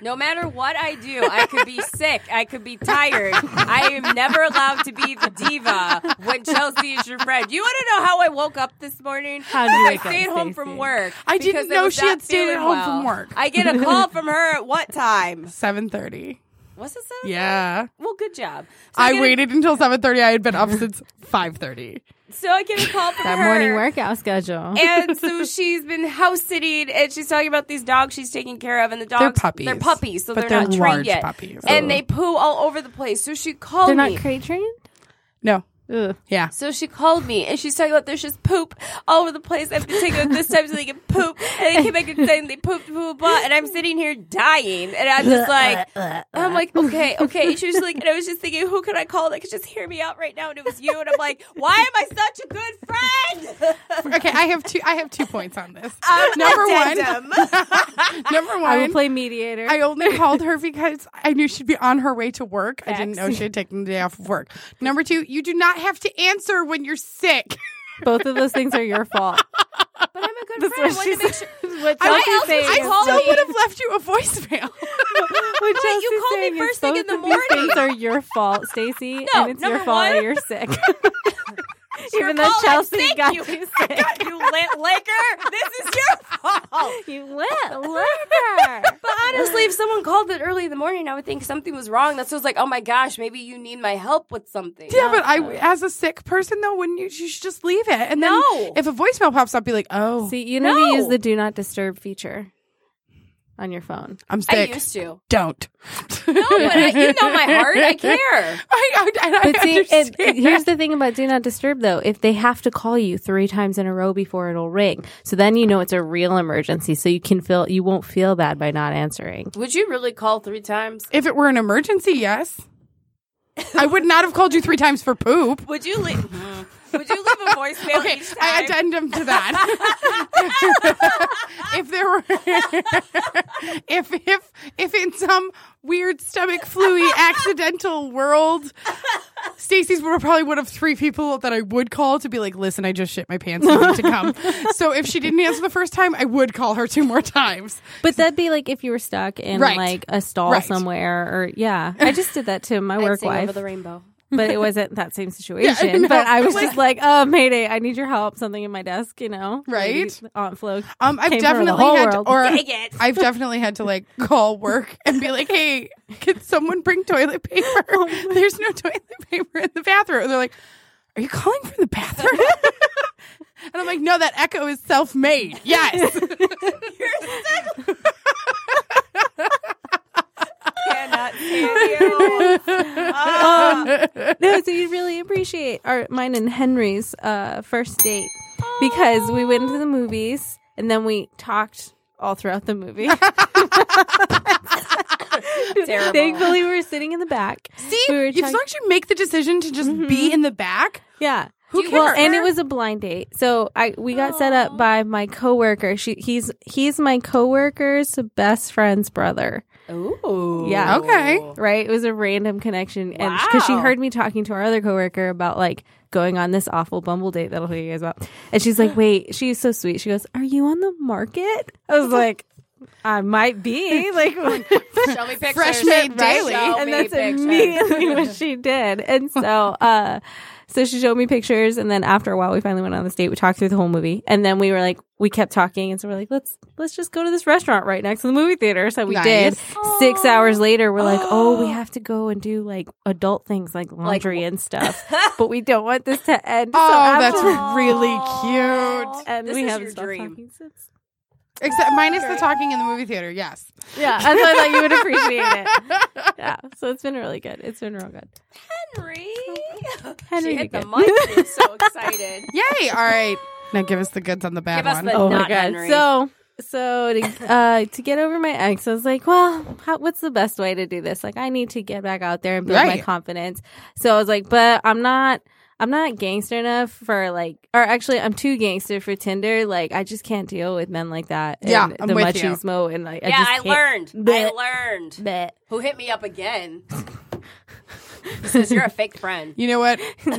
Speaker 3: No matter what I do, I could be sick. I could be tired. I am never allowed to be the diva when Chelsea is your friend. You want to know how I woke up this morning?
Speaker 7: How'd you
Speaker 3: I
Speaker 7: wake up,
Speaker 3: stayed home from
Speaker 7: Stacey?
Speaker 3: work.
Speaker 2: I didn't
Speaker 3: because
Speaker 2: know
Speaker 3: was
Speaker 2: she
Speaker 3: not
Speaker 2: had stayed at
Speaker 3: feeling
Speaker 2: home from work.
Speaker 3: I get a call from her at what time?
Speaker 2: Seven thirty.
Speaker 3: What's it? seven?
Speaker 2: Yeah.
Speaker 3: Well, good job. So
Speaker 2: I
Speaker 3: get a-
Speaker 2: waited until seven thirty. I had been up since five thirty.
Speaker 3: so I get a call from
Speaker 7: that
Speaker 3: her.
Speaker 7: morning workout schedule.
Speaker 3: and so she's been house sitting and she's talking about these dogs she's taking care of and the dogs
Speaker 2: puppies,
Speaker 3: they're puppies so
Speaker 2: but
Speaker 3: they're, not
Speaker 2: they're
Speaker 3: trained
Speaker 2: large
Speaker 3: yet
Speaker 2: puppies.
Speaker 3: and they poo all over the place so she called
Speaker 7: They're
Speaker 3: me
Speaker 7: not crate trained.
Speaker 2: No.
Speaker 7: Ugh.
Speaker 2: Yeah.
Speaker 3: so she called me and she's talking about there's just poop all over the place. I've been taking it this time so they can poop. And they came back and said they pooped, blah, blah, blah. And I'm sitting here dying. And I'm just like, I'm like, okay, okay. She was like, and I was just thinking, who could I call that could just hear me out right now? And it was you. And I'm like, why am I such a good friend?
Speaker 2: Okay. I have two. I have two points on this.
Speaker 3: Um,
Speaker 2: Number one.
Speaker 3: addendum.
Speaker 2: Number
Speaker 7: I will
Speaker 2: one.
Speaker 7: play mediator.
Speaker 2: I only called her because I knew she'd be on her way to work. I didn't know she had taken the day off of work. Number two, you do not have to answer when you're sick.
Speaker 7: Both of those things are your fault.
Speaker 3: But I'm a good
Speaker 7: That's
Speaker 3: friend. I
Speaker 7: what
Speaker 3: wanted
Speaker 7: she
Speaker 3: to make sure.
Speaker 7: What
Speaker 3: I
Speaker 7: Chelsea's
Speaker 3: also-
Speaker 7: saying
Speaker 3: I
Speaker 7: is-
Speaker 3: called-
Speaker 2: I still would have left you a voicemail.
Speaker 7: what
Speaker 3: you
Speaker 7: Chelsea's
Speaker 3: called me
Speaker 7: saying is
Speaker 3: first thing in
Speaker 7: both
Speaker 3: the
Speaker 7: of these
Speaker 3: morning.
Speaker 7: Things are your fault, Stacey,
Speaker 3: No,
Speaker 7: and it's your
Speaker 3: number
Speaker 7: fault that
Speaker 3: one.
Speaker 7: you're sick.
Speaker 3: Your
Speaker 7: Even though
Speaker 3: call, I'm
Speaker 7: Chelsea
Speaker 3: sick,
Speaker 7: got
Speaker 3: Oh, you-
Speaker 7: you sick,
Speaker 3: You lit liquor. This is your fault.
Speaker 7: you lit liquor.
Speaker 3: But honestly, if someone called it early in the morning, I would think something was wrong. That's just like, oh my gosh, maybe you need my help with something.
Speaker 2: yeah, but I, as a sick person though, wouldn't you? You should just leave it. And then
Speaker 3: No.
Speaker 2: if a voicemail pops up, be like, "Oh,
Speaker 7: See, you know to use
Speaker 3: No.
Speaker 7: the do not disturb feature on your phone.
Speaker 2: I'm
Speaker 3: I
Speaker 2: sick.
Speaker 3: used to.
Speaker 2: Don't."
Speaker 3: No, Oh, but I, you know my heart. I care.
Speaker 2: I, I, I,
Speaker 7: But see,
Speaker 2: understand.
Speaker 7: it, here's the thing about do not disturb though. If they have to call you three times in a row before it'll ring, so then you know it's a real emergency. So you can feel you won't feel bad by not answering.
Speaker 3: Would you really call three times?
Speaker 2: if it were an emergency, yes. I would not have called you three times for poop.
Speaker 3: Would you leave? would you leave a voicemail
Speaker 2: Okay,
Speaker 3: each
Speaker 2: I
Speaker 3: time?
Speaker 2: addendum to that. if there were, if if if in some weird stomach fluey accidental world, Stacey's were probably one of three people that I would call to be like, listen, I just shit my pants, you need to come. so if she didn't answer the first time, I would call her two more times.
Speaker 7: But that'd be like if you were stuck in
Speaker 2: Right.
Speaker 7: like a stall
Speaker 2: Right.
Speaker 7: somewhere, or yeah, I just did that to my
Speaker 3: I'd
Speaker 7: work
Speaker 3: sing
Speaker 7: wife,
Speaker 3: over the rainbow.
Speaker 7: but it wasn't that same situation.
Speaker 2: know.
Speaker 7: but I was just like, oh, Mayday, I need your help. Something in my desk, you know, Maybe
Speaker 2: Right.
Speaker 7: Aunt Flo.
Speaker 2: Um, I've
Speaker 7: came from the
Speaker 2: definitely
Speaker 7: whole
Speaker 2: had,
Speaker 7: world.
Speaker 2: or
Speaker 3: Dang it.
Speaker 2: I've definitely had to like call work and be like, "Hey, can someone bring toilet paper?
Speaker 7: Oh
Speaker 2: There's no toilet paper in the bathroom." And they're like, "Are you calling from the bathroom?" and I'm like, "No, that echo is self-made." Yes,
Speaker 3: Cannot stand you.
Speaker 7: um, no, so you really appreciate our mine and Henry's uh, first date because we went to the movies and then we talked all throughout the movie.
Speaker 3: Terrible.
Speaker 7: Thankfully, we were sitting in the back.
Speaker 2: see,
Speaker 7: We were Mm-hmm.
Speaker 2: you
Speaker 7: talking-
Speaker 2: just actually make the decision to just be in the back.
Speaker 7: Yeah.
Speaker 2: Who cares?
Speaker 7: Well, and it was a blind date, so I we got set up by my coworker. She he's he's my coworker's best friend's brother.
Speaker 3: Ooh.
Speaker 7: Yeah.
Speaker 2: Okay.
Speaker 7: right? It was a random connection, and because she
Speaker 3: Wow.
Speaker 7: heard me talking to our other coworker about like going on this awful Bumble date that I'll tell you guys about, and she's like, "Wait," she's so sweet. She goes, "Are you on the market?" I was like, "I might be." Like,
Speaker 3: Show me pictures.
Speaker 2: Fresh made daily.
Speaker 3: Show
Speaker 7: and
Speaker 3: me
Speaker 7: that's
Speaker 3: pictures.
Speaker 7: immediately what she did. And so, uh, so she showed me pictures, and then after a while, we finally went on this date. We talked through the whole movie, and then we were like, we kept talking, and so we're like, let's let's just go to this restaurant right next to the movie theater. So we
Speaker 2: Nice.
Speaker 7: did. Six hours later, we're like, oh, we have to go and do like adult things like laundry and stuff, but we don't want this to end.
Speaker 2: Oh,
Speaker 7: so
Speaker 2: that's
Speaker 7: after-
Speaker 2: really cute.
Speaker 7: and
Speaker 3: This
Speaker 7: we
Speaker 3: is
Speaker 7: haven't
Speaker 3: your
Speaker 7: stopped
Speaker 3: dream.
Speaker 7: talking since.
Speaker 2: Except minus the talking in the movie theater. Yes.
Speaker 7: Yeah, that's why I thought you would appreciate it. Yeah, so it's been really good. It's been real good.
Speaker 3: Henry.
Speaker 7: Henry,
Speaker 3: she
Speaker 7: you're
Speaker 3: hit the
Speaker 7: good.
Speaker 3: mic. She's so excited.
Speaker 2: Yay! All right. Now give us the goods on the bad
Speaker 3: Give us
Speaker 2: one.
Speaker 3: the-
Speaker 7: oh
Speaker 3: not
Speaker 7: my god!
Speaker 3: Henry.
Speaker 7: So so to, uh, to get over my ex, I was like, well, how, what's the best way to do this? Like, I need to get back out there and build my
Speaker 2: Right.
Speaker 7: confidence. So I was like, but I'm not. I'm not gangster enough for like, or actually, I'm too gangster for Tinder. Like, I just can't deal with men like that.
Speaker 2: Yeah,
Speaker 7: and
Speaker 2: I'm
Speaker 7: the
Speaker 2: with you.
Speaker 7: machismo and like,
Speaker 3: yeah, I,
Speaker 7: just can't.
Speaker 3: learned. I
Speaker 7: Bleh.
Speaker 3: learned.
Speaker 7: Bleh.
Speaker 3: Who hit me up again? Says you're a fake friend.
Speaker 2: You know what? you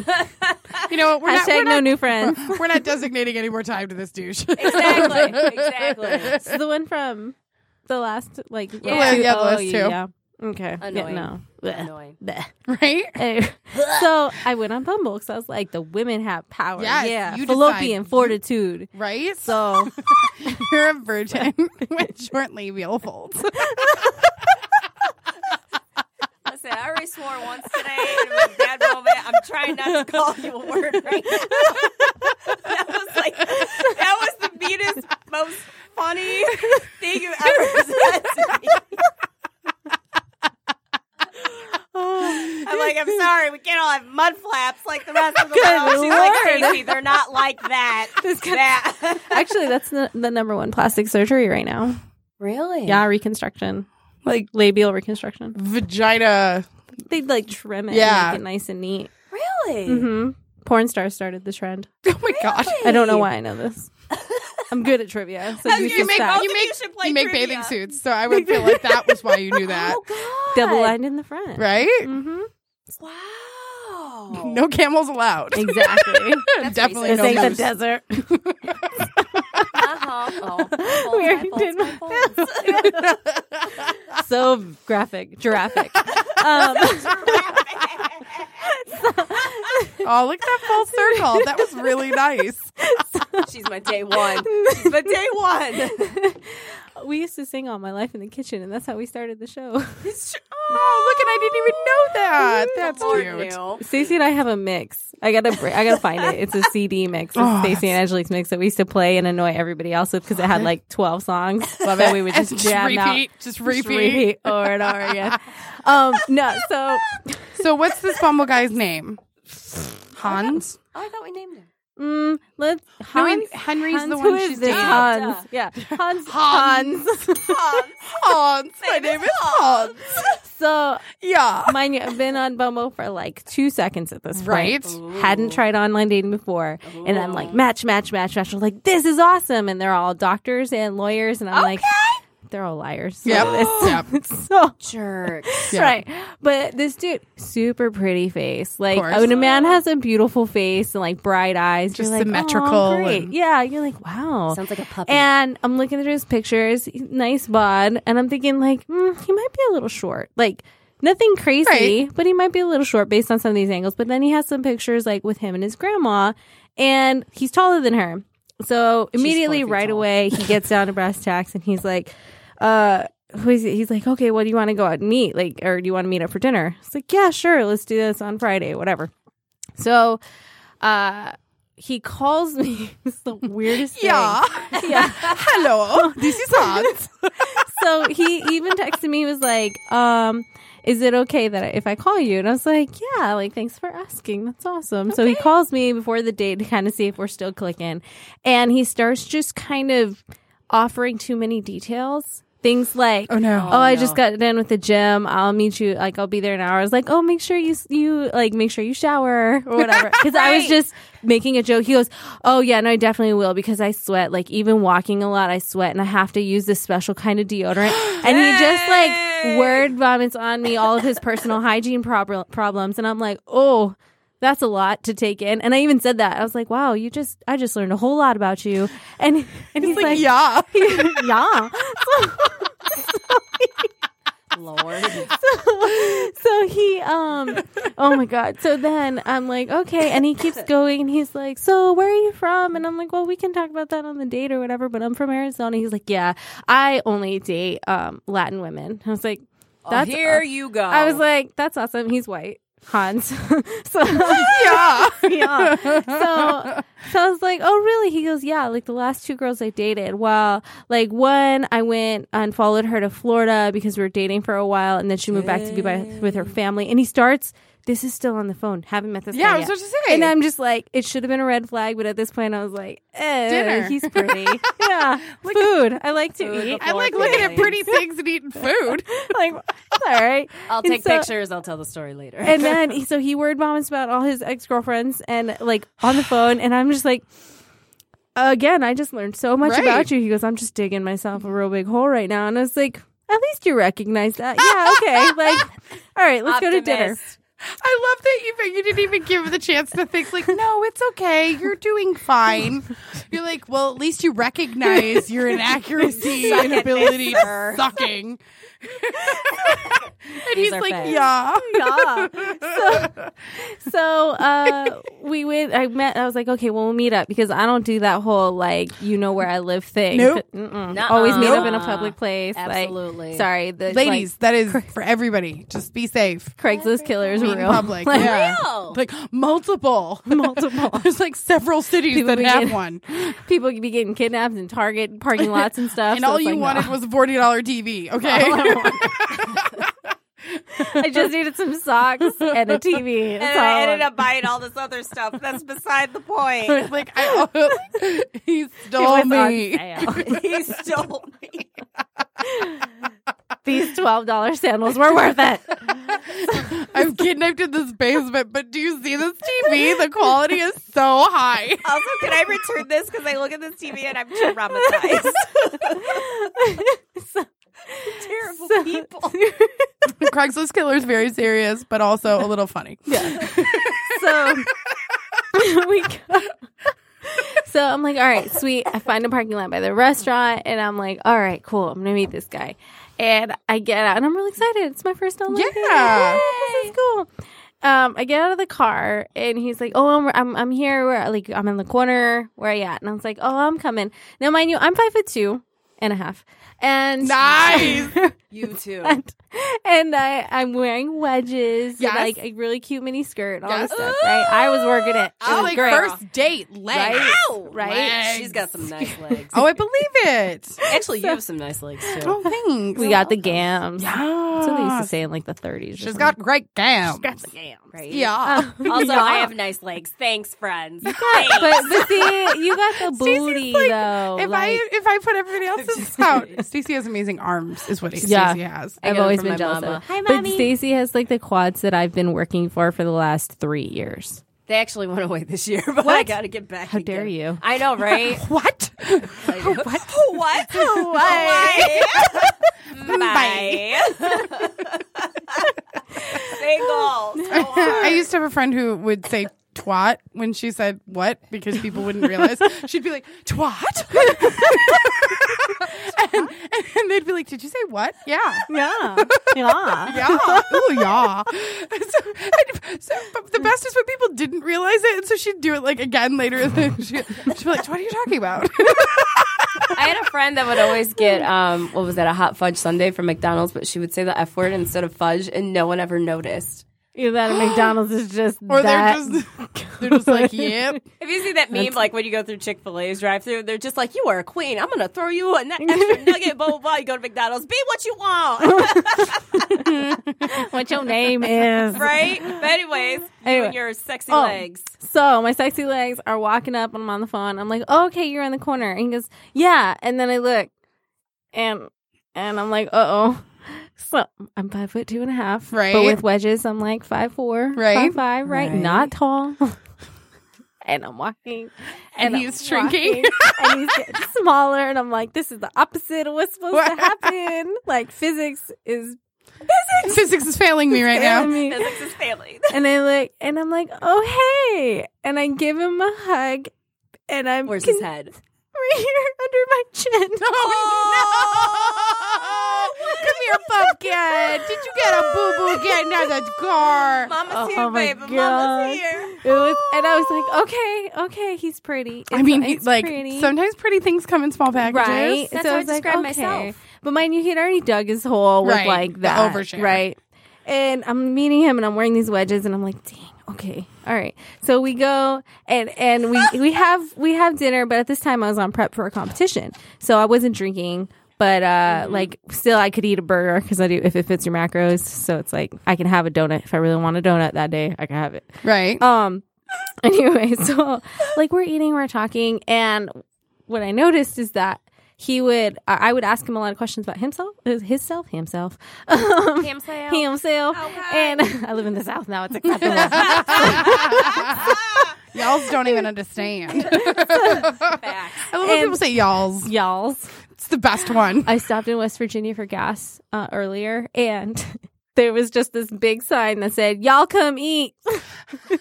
Speaker 2: know what? We're not,
Speaker 7: Hashtag
Speaker 2: we're
Speaker 7: no
Speaker 2: not,
Speaker 7: new friends.
Speaker 2: we're not designating any more time to this douche.
Speaker 3: Exactly. Exactly.
Speaker 7: It's the one from the last like yeah,
Speaker 2: yeah, the last two.
Speaker 7: yeah. Okay.
Speaker 3: Annoying.
Speaker 7: Yeah, no.
Speaker 3: Annoying.
Speaker 7: Bleh.
Speaker 2: right?
Speaker 7: Anyway, so I went on Bumble because I was like, the women have power.
Speaker 2: Yes,
Speaker 7: yeah,
Speaker 2: you
Speaker 7: fallopian
Speaker 2: decide.
Speaker 7: fortitude.
Speaker 2: Right?
Speaker 7: So
Speaker 2: You're a virgin with short labial folds.
Speaker 3: Listen, I already swore once today. It was a bad moment. I'm trying not to call you a word right now. That was like that was the meanest, most funny thing you ever said to me. I'm
Speaker 5: Oh,
Speaker 3: like, I'm sorry, we can't all have mud flaps like the rest of the world. She's like,
Speaker 7: Lord.
Speaker 3: Stacey, they're not like that. that.
Speaker 7: actually, that's the, the number one plastic surgery right now.
Speaker 3: Really?
Speaker 7: Yeah, reconstruction, like labial reconstruction.
Speaker 2: Vagina.
Speaker 7: They like trim it,
Speaker 2: Yeah.
Speaker 7: and make it nice and neat.
Speaker 3: Really?
Speaker 7: hmm Porn stars started the trend.
Speaker 2: Oh my god.
Speaker 7: I don't know why I know this. I'm good at trivia, so you,
Speaker 3: you
Speaker 7: just
Speaker 3: make
Speaker 7: stop.
Speaker 3: both- You should play
Speaker 2: you make
Speaker 3: trivia.
Speaker 2: bathing suits, so I would feel like that was why you knew that,
Speaker 7: double lined in the front,
Speaker 2: right?
Speaker 7: hmm
Speaker 3: Wow.
Speaker 2: No camels allowed.
Speaker 7: Exactly.
Speaker 2: Definitely
Speaker 7: This
Speaker 2: no
Speaker 7: ain't the
Speaker 2: moose.
Speaker 7: desert.
Speaker 3: Uh-huh. Oh, my fault,
Speaker 7: We
Speaker 3: my
Speaker 7: already
Speaker 3: fault,
Speaker 7: did
Speaker 3: my
Speaker 7: one.
Speaker 3: fault.
Speaker 7: so graphic, graphic. Um,
Speaker 2: Oh, look at that full circle. That was really nice.
Speaker 3: She's my day one. She's my day one.
Speaker 7: we used to sing all my life in the kitchen, and that's how we started the show.
Speaker 2: Oh, look, and I didn't even know that. That's
Speaker 3: Lord
Speaker 2: cute.
Speaker 3: knew.
Speaker 7: Stacey and I have a mix. I gotta, br- I gotta find it. It's a CD mix. It's
Speaker 2: Oh,
Speaker 7: Stacey and Angelique's mix that we used to play and annoy everybody else with because it had like twelve songs
Speaker 2: Love
Speaker 7: that
Speaker 2: it.
Speaker 7: we would
Speaker 2: And
Speaker 7: just jam
Speaker 2: repeat, just
Speaker 7: out,
Speaker 2: repeat.
Speaker 7: just repeat over and over again. Um, no, so
Speaker 2: So, what's this bumble guy's name? Hans.
Speaker 3: Oh, I thought we named him.
Speaker 7: mm, let's
Speaker 2: No,
Speaker 7: Hans.
Speaker 2: Henry's
Speaker 7: Hans,
Speaker 2: the
Speaker 7: who
Speaker 2: one
Speaker 7: is
Speaker 2: she's
Speaker 7: this
Speaker 2: dating.
Speaker 7: Hans? Yeah, Hans.
Speaker 2: Hans. Hans. My name is Hans.
Speaker 7: So
Speaker 2: Yeah.
Speaker 7: Mind you, I've been on Bumble for like two seconds at this point.
Speaker 2: Right.
Speaker 7: Hadn't tried online dating before. And I'm like, match, match, match, match. I'm like, this is awesome. And they're all doctors and lawyers. And I'm like, they're all liars. So
Speaker 2: Yep.
Speaker 7: it's-
Speaker 2: Yep.
Speaker 7: It's so
Speaker 3: Jerk.
Speaker 2: Yeah.
Speaker 7: right. But this dude, super pretty face. Like,
Speaker 2: course.
Speaker 7: when a man has a beautiful face and like bright eyes,
Speaker 2: Just
Speaker 7: you're like, "Oh,
Speaker 2: symmetrical
Speaker 7: great."
Speaker 2: and-
Speaker 7: yeah. You're like, wow.
Speaker 3: Sounds like a puppy.
Speaker 7: And I'm looking at his pictures, nice bod, and I'm thinking like, mm, he might be a little short. Like nothing crazy,
Speaker 2: Right.
Speaker 7: but he might be a little short based on some of these angles. But then he has some pictures like with him and his grandma, and he's taller than her. So immediately,
Speaker 3: feet
Speaker 7: right
Speaker 3: tall.
Speaker 7: away, he gets down to brass tacks, and he's like, uh. Who is it? He's like, okay, what do you want to go out and meet? Like, or do you want to meet up for dinner? It's like, yeah, sure, let's do this on Friday, whatever. So, uh, he calls me. it's the weirdest thing.
Speaker 2: Yeah.
Speaker 7: Yeah.
Speaker 2: Hello. This is Hans.
Speaker 7: so he even texted me he was like um is it okay that I, if i call you and i was like yeah like thanks for asking that's awesome so he calls me before the date to kind of see if we're still clicking and he starts just kind of offering too many details things like
Speaker 2: Oh, no.
Speaker 7: oh, I just got done with the gym. I'll meet you. Like, I'll be there in an hour. I was like, oh, make sure you you like make sure you shower or whatever. Because I was just making a joke. He goes, oh yeah, no, I definitely will because I sweat. Like even walking a lot, I sweat, and I have to use this special kind of deodorant. and he just like word vomits on me all of his personal hygiene prob- problems, and I'm like, oh. That's a lot to take in, and I even said that I was like, "Wow, you just I just learned a whole lot about you," and and
Speaker 2: He's
Speaker 7: he's,
Speaker 2: like,
Speaker 7: like,
Speaker 2: yeah.
Speaker 7: yeah."
Speaker 3: Lord.
Speaker 7: so he um oh my god so then i'm like okay and he keeps going and he's like so where are you from and i'm like well we can talk about that on the date or whatever but i'm from arizona he's like yeah i only date um latin women i was like that's
Speaker 3: Here you go.
Speaker 7: i was like that's awesome he's white hans so
Speaker 2: Yeah.
Speaker 7: yeah. So, so I was like, oh, really? He goes, yeah, like the last two girls I dated. Well, like one, I went and followed her to Florida because we were dating for a while and then she moved back to be by, with her family. And he starts this is still on the phone. Haven't met this
Speaker 2: yeah, I
Speaker 7: guy
Speaker 2: was
Speaker 7: yet.
Speaker 2: about to say.
Speaker 7: and I'm just like, it should have been a red flag, but at this point, I was like, eh,
Speaker 2: Dinner.
Speaker 7: he's pretty. yeah, food. I like to
Speaker 3: Food
Speaker 7: eat.
Speaker 2: I
Speaker 3: before
Speaker 2: like looking at
Speaker 3: feelings.
Speaker 2: pretty things and eating food.
Speaker 7: like, it's all right.
Speaker 3: I'll
Speaker 7: And
Speaker 3: take
Speaker 7: so-
Speaker 3: pictures. I'll tell the story later.
Speaker 7: And then, he- so he word vomits about all his ex girlfriends and like on the phone. And I'm just like, again, I just learned so much
Speaker 2: Right.
Speaker 7: about you. He goes, I'm just digging myself a real big hole right now. And I was like, at least you recognize that. Yeah, okay. Like, all right, let's go to dinner.
Speaker 3: Optimist.
Speaker 2: I love that you you didn't even give the chance to think like, no, it's okay, you're doing fine. You're like, well, at least you recognize your inaccuracy
Speaker 3: Suck
Speaker 2: and
Speaker 3: it,
Speaker 2: ability to
Speaker 3: mister.
Speaker 2: sucking. and
Speaker 3: These
Speaker 2: he's
Speaker 3: are
Speaker 2: like,
Speaker 3: facts.
Speaker 2: yeah.
Speaker 7: Yeah. So, so uh, we went. I met. I was like, okay, well, we'll meet up because I don't do that whole like you know where I live thing.
Speaker 2: Nope.
Speaker 7: Mm-mm.
Speaker 3: Nuh-uh.
Speaker 7: Always meet up in a
Speaker 3: Nope.
Speaker 7: public place. like,
Speaker 3: Absolutely.
Speaker 7: sorry, the like,
Speaker 2: Ladies, that is for everybody. Just be safe.
Speaker 7: Craigslist killers
Speaker 2: Meet
Speaker 7: real.
Speaker 2: in public.
Speaker 7: Like,
Speaker 2: yeah.
Speaker 3: Real.
Speaker 2: Like multiple. Multiple. There's like several cities
Speaker 7: People
Speaker 2: that
Speaker 7: be
Speaker 2: have
Speaker 7: getting-
Speaker 2: one.
Speaker 7: People could be getting kidnapped in Target parking lots and stuff.
Speaker 2: And
Speaker 7: so
Speaker 2: all
Speaker 7: it's
Speaker 2: you
Speaker 7: like,
Speaker 2: wanted
Speaker 7: no.
Speaker 2: was a forty dollar TV, okay?
Speaker 7: I just needed some socks and a TV. That's
Speaker 3: And I
Speaker 7: all.
Speaker 3: ended up buying all this other stuff. That's beside the point.
Speaker 2: like I he
Speaker 7: It
Speaker 2: stole
Speaker 7: was on
Speaker 2: me.
Speaker 7: sale.
Speaker 3: he stole me.
Speaker 7: These twelve dollars sandals were worth it.
Speaker 2: I'm kidnapped in this basement, but do you see this TV? The quality is so high.
Speaker 3: Also, can I return this? Because I look at this TV and I'm traumatized. Terrible people.
Speaker 2: Uh, Craigslist Killer is very serious, but also a little funny.
Speaker 7: so we go. So I'm like, all right, sweet. I find a parking lot by the restaurant, and I'm like, all right, cool. I'm gonna meet this guy, and I get out, and I'm really excited. It's my first online. date.
Speaker 2: Yeah.
Speaker 7: this is cool. Um, I get out of the car, and he's like, oh, I'm I'm, I'm here. Where like I'm in the corner. Where I at? And I was like, oh, I'm coming. Now, mind you, I'm five foot two and a half, and
Speaker 2: Nice.
Speaker 3: You too.
Speaker 7: and, and I, I'm wearing wedges,
Speaker 2: Yes.
Speaker 7: and like a really cute mini skirt, all
Speaker 2: Yes. Oh,
Speaker 7: this stuff. Right? I was working it. It
Speaker 2: I
Speaker 7: was
Speaker 2: like
Speaker 7: great.
Speaker 2: first date legs.
Speaker 7: Right?
Speaker 3: Ow!
Speaker 7: Right?
Speaker 3: She's got some nice legs.
Speaker 2: Oh, I believe it.
Speaker 3: Actually, you have some nice legs too.
Speaker 2: Oh, thanks.
Speaker 7: we got the gams.
Speaker 2: yeah.
Speaker 7: That's what they used to say in like the 30s. or
Speaker 2: She's
Speaker 7: something.
Speaker 2: got great gams.
Speaker 7: the gams.
Speaker 3: Right?
Speaker 2: yeah.
Speaker 3: Also, I have nice legs. Thanks, friends.
Speaker 7: But,
Speaker 3: Thanks.
Speaker 7: but see, you got the
Speaker 2: Stacey's
Speaker 7: booty
Speaker 2: like,
Speaker 7: though.
Speaker 2: if
Speaker 7: like,
Speaker 2: I if I put everybody else's out, Stacey has amazing arms, is what
Speaker 7: Yeah.
Speaker 2: Stacey has.
Speaker 3: got
Speaker 7: I've
Speaker 3: it
Speaker 7: always
Speaker 3: from
Speaker 7: been
Speaker 3: my
Speaker 7: jealous.
Speaker 3: mama.
Speaker 7: Hi, mommy. But Stacey has like the quads that I've been working for for the last three years.
Speaker 3: They actually went away this year, but I got to get back. How
Speaker 7: dare you.
Speaker 3: I know, right?
Speaker 2: What?
Speaker 3: what? What? What? Bye. Single. So hard.
Speaker 2: I used to have a friend who would say twat when she said what because people wouldn't realize. She'd be like, twat? and, and they'd be like, did you say what? Yeah.
Speaker 7: Yeah. Yeah.
Speaker 2: Yeah. Ooh, yeah. So, and- so, but the best is when people didn't realize it. And so she'd do it like again later. And then she, she'd be like, what are you talking about?
Speaker 3: I had a friend that would always get um, what was that a hot fudge sundae from McDonald's, but she would say the f word instead of fudge, and no one ever noticed.
Speaker 7: that at McDonald's is just
Speaker 2: Or
Speaker 7: that.
Speaker 2: they're just, they're just like, yep.
Speaker 3: Have you seen that meme? like when you go through Chick Fil A's drive-through, they're just like, "You are a queen. I'm gonna throw you an extra nugget." Blah blah blah. You go to McDonald's, be what you want,
Speaker 7: what your name is.
Speaker 3: right? But anyways, you
Speaker 7: Anyway.
Speaker 3: and your sexy
Speaker 7: Oh.
Speaker 3: legs.
Speaker 7: So my sexy legs are walking up, and I'm on the phone. I'm like, oh, "Okay, you're in the corner." And he goes, "Yeah." And then I look, and and I'm like, "Uh oh." So I'm five foot two and a half,
Speaker 2: Right.
Speaker 7: But with wedges, I'm like five four,
Speaker 2: Right.
Speaker 7: five five, right? Not tall. and I'm walking,
Speaker 2: And he's shrinking.
Speaker 7: walking, and he's getting smaller. And I'm like, "This is the opposite of what's supposed to happen." Like physics is
Speaker 2: Physics is failing me right
Speaker 7: failing
Speaker 2: now.
Speaker 7: me
Speaker 3: Physics is failing.
Speaker 7: and I look, and I'm like, oh hey, and I give him a hug, and I'm
Speaker 3: Where's
Speaker 7: con-
Speaker 3: his head?
Speaker 7: right here under my chin.
Speaker 3: Oh,
Speaker 2: Come here, pumpkin. Did you get a boo boo getting out of the car?
Speaker 3: Mama's
Speaker 7: Oh,
Speaker 3: here,
Speaker 7: my
Speaker 3: baby. Mama's
Speaker 7: God.
Speaker 3: here.
Speaker 7: It was, and I was like, okay, okay, he's pretty.
Speaker 2: I
Speaker 7: It's-
Speaker 2: mean, he-
Speaker 7: it's
Speaker 2: like
Speaker 7: pretty.
Speaker 2: sometimes pretty things come in small packages.
Speaker 7: right?
Speaker 5: That's
Speaker 7: so
Speaker 5: how
Speaker 7: I
Speaker 5: I
Speaker 7: was like,
Speaker 5: describe
Speaker 7: okay.
Speaker 5: myself.
Speaker 7: But mind you, he'd already dug his hole with
Speaker 2: Right,
Speaker 7: like
Speaker 2: the
Speaker 7: that,
Speaker 2: overshare.
Speaker 7: right? And I'm meeting him, and I'm wearing these wedges, and I'm like, dang, okay, all right. So we go, and and we we have we have dinner, but at this time I was on prep for a competition, so I wasn't drinking. But uh, like, still, I could eat a burger because I do if it fits your macros. So it's like I can have a donut if I really want a donut that day. I can have it.
Speaker 2: Right.
Speaker 7: Um. Anyway, so like we're eating, we're talking, and what I noticed is that he would. I I would ask him a lot of questions about himself, his self, himself, um,
Speaker 3: Hamsail.
Speaker 7: himself,
Speaker 3: God.
Speaker 7: and I live in the south now. It's acceptable.
Speaker 2: Y'alls don't even understand.
Speaker 3: Facts.
Speaker 2: I love when
Speaker 7: And-
Speaker 2: people say y'alls.
Speaker 7: Y'all's.
Speaker 2: It's the best one.
Speaker 7: I stopped in West Virginia for gas uh, earlier, and there was just this big sign that said "Y'all come eat" in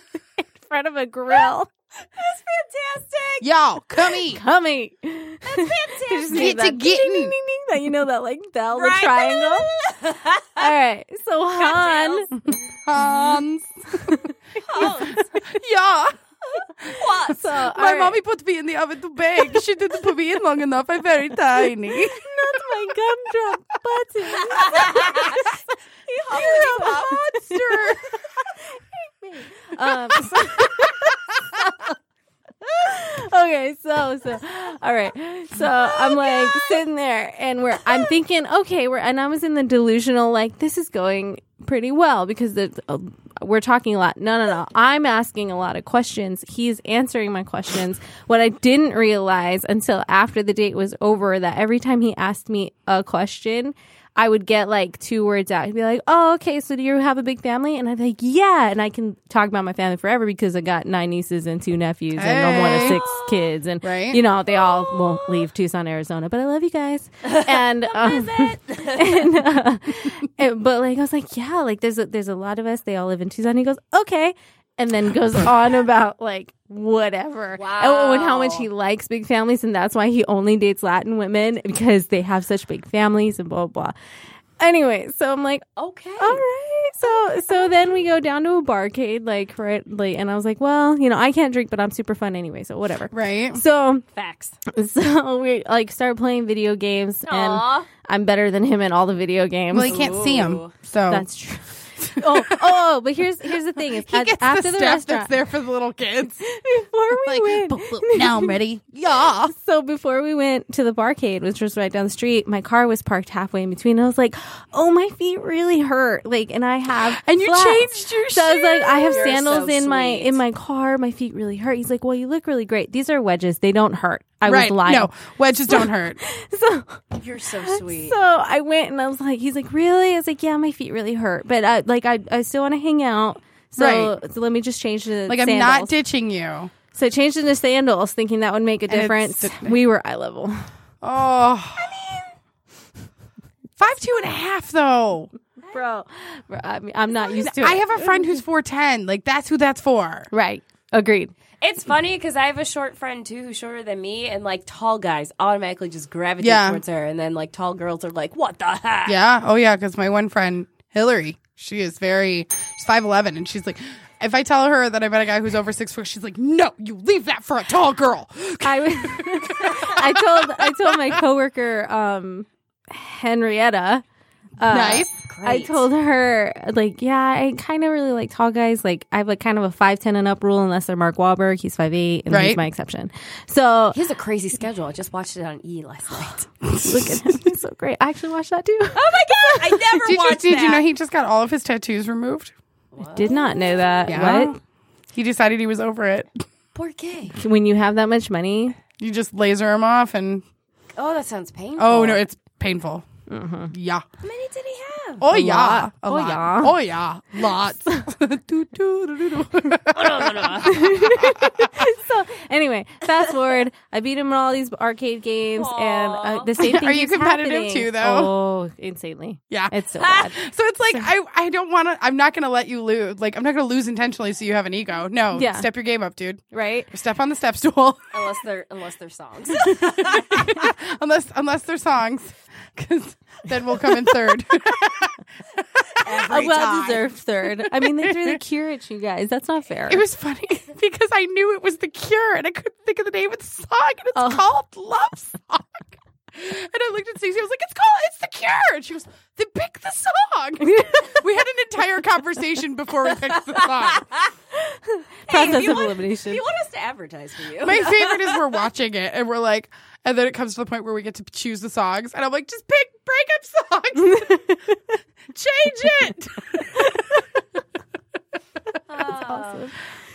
Speaker 7: front of a grill.
Speaker 3: That's fantastic.
Speaker 2: Y'all, come eat.
Speaker 7: Come eat. That's fantastic.
Speaker 2: Get to getting.
Speaker 7: that you know that like bell the
Speaker 3: Right.
Speaker 7: triangle. All right, so Han.
Speaker 2: Hans.
Speaker 3: Hans.
Speaker 2: Yeah.
Speaker 3: What?
Speaker 7: So
Speaker 2: My mommy put me in the oven to bake. She didn't put me in long enough. I'm very tiny.
Speaker 7: That's my gumdrop button.
Speaker 2: You're a monster.
Speaker 7: Um, so- okay, so so all right, so I'm like sitting there, and we're I'm thinking, okay, we're and I was in the delusional like this is going pretty well because the uh, we're talking a lot. No, no, no, I'm asking a lot of questions. He's answering my questions. What I didn't realize until after the date was over that every time he asked me a question. I would get like two words out. He'd be like, "Oh, okay, so do you have a big family?" And I'd be like, "Yeah," and I can talk about my family forever because I got nine nieces and two nephews, and I'm one of
Speaker 2: Hey.
Speaker 7: six kids, and
Speaker 2: Right.
Speaker 7: you know they all won't leave Tucson, Arizona, but I love you guys, and um, and, uh, and- but like I was like, "Yeah," like there's a, there's a lot of us. They all live in Tucson. He goes, "Okay." And then goes on about like whatever. Oh, and how much he likes big families, and that's why he only dates Latin women because they have such big families and blah blah. blah. Anyway, so I'm like,
Speaker 3: Okay.
Speaker 7: all right. So so then we go down to a barcade, like right, like, and I was like, well, you know, I can't drink, but I'm super fun anyway, so whatever.
Speaker 2: Right.
Speaker 7: So
Speaker 3: Facts.
Speaker 7: so we like start playing video games, and I'm better than him in all the video games.
Speaker 2: Well, you can't see him.
Speaker 3: Ooh.
Speaker 2: So
Speaker 7: That's true. oh, oh, oh, but here's here's the thing: is
Speaker 2: he
Speaker 7: at-
Speaker 2: gets
Speaker 7: after
Speaker 2: the,
Speaker 7: the,
Speaker 2: staff
Speaker 7: restaurant
Speaker 2: that's there for the little kids.
Speaker 7: before we
Speaker 2: like,
Speaker 7: went.
Speaker 2: "Boop, boop, now I'm ready. Yeah.
Speaker 7: so before we went to the barcade, which was right down the street, my car was parked halfway in between. I was like, "Oh, my feet really hurt!" Like, and I have
Speaker 2: And you
Speaker 7: flats.
Speaker 2: changed your
Speaker 7: So I was like, "I have
Speaker 3: shoes. You're
Speaker 7: sandals
Speaker 3: so
Speaker 7: in my
Speaker 3: sweet.
Speaker 7: in my car. My feet really hurt." He's like, "Well, you look really great. These are wedges. They don't hurt." I
Speaker 2: right.
Speaker 7: was lying.
Speaker 2: No, wedges don't hurt.
Speaker 7: So
Speaker 3: You're so sweet.
Speaker 7: so I went and I was like, "He's like, really?" I was like, "Yeah, my feet really hurt, but I, like I I still want to hang out." So,
Speaker 2: Right.
Speaker 7: so let me just change the
Speaker 2: Like I'm
Speaker 7: sandals.
Speaker 2: not ditching you.
Speaker 7: so I changed into sandals, thinking that would make a
Speaker 2: it's-
Speaker 7: difference. We were eye level.
Speaker 2: Oh. Five two and a half though.
Speaker 7: bro. bro I mean, I'm not used to it.
Speaker 2: I have a friend who's four ten. Like that's who that's for.
Speaker 7: right. Agreed.
Speaker 3: It's funny because I have a short friend too who's shorter than me, and like tall guys automatically just gravitate
Speaker 2: Yeah.
Speaker 3: towards her, and then like tall girls are like, "What the heck?"
Speaker 2: Yeah. Oh yeah. Because my one friend Hillary, she is very she's five eleven, and she's like, if I tell her that I met a guy who's over six foot, she's like, no, you leave that for a tall girl.
Speaker 7: I, I told I told my coworker um, Henrietta. uh,
Speaker 2: nice.
Speaker 7: I
Speaker 3: Great.
Speaker 7: told her like, yeah, I kind of really like tall guys. Like, I have a kind of a five ten and up rule unless they're Mark Wahlberg. He's five eight, and
Speaker 2: Right.
Speaker 7: he's my exception. So
Speaker 3: He has a crazy schedule. I just watched it on E last night.
Speaker 7: look at him, he's so great. I actually watched that too.
Speaker 3: oh my god! I never
Speaker 2: Did you
Speaker 3: watched
Speaker 2: did
Speaker 3: that.
Speaker 2: you know he just got all of his tattoos removed?
Speaker 7: Did not know that.
Speaker 2: Yeah.
Speaker 7: What?
Speaker 2: He decided he was over it.
Speaker 3: Poor gay.
Speaker 7: When you have that much money,
Speaker 2: You just laser him off, and
Speaker 3: Oh, that sounds painful.
Speaker 2: oh no, it's painful. Yeah.
Speaker 3: How many did he have?
Speaker 2: Oh yeah. A
Speaker 7: Uh-huh. Oh,
Speaker 2: lot.
Speaker 7: yeah.
Speaker 2: Oh yeah. Lots. Doo, doo, doo, doo, doo.
Speaker 7: so anyway, fast forward. I beat him in all these arcade games, and uh, the same thing.
Speaker 2: Are you
Speaker 7: keeps
Speaker 2: competitive
Speaker 7: happening.
Speaker 2: too, though?
Speaker 7: Oh, insanely.
Speaker 2: Yeah.
Speaker 7: it's so bad.
Speaker 2: So it's like I, I don't want to. I'm not going to let you lose. Like I'm not going to lose intentionally, so you have an ego. No,
Speaker 7: Yeah.
Speaker 2: step your game up, dude.
Speaker 7: Right?
Speaker 2: Step on the step stool,
Speaker 3: Unless they're unless they're songs.
Speaker 2: unless unless they're songs, because then we'll come in third.
Speaker 7: A well-deserved Uh, third. I mean, they threw the cure at you guys. That's not fair.
Speaker 2: it was funny because I knew it was the Cure, and I couldn't think of the name of the song, and it's
Speaker 7: Oh.
Speaker 2: called Love Song. And I looked at Stacey. I was like, "It's called It's the Cure." And she goes, "They picked the song." we had an entire conversation before we picked the song.
Speaker 7: Process
Speaker 3: you
Speaker 7: of
Speaker 3: want-
Speaker 7: elimination.
Speaker 3: you want us to advertise for you?
Speaker 2: My favorite is we're watching it and we're like, And then it comes to the point where we get to choose the songs. And I'm like, just pick breakup songs. Change it.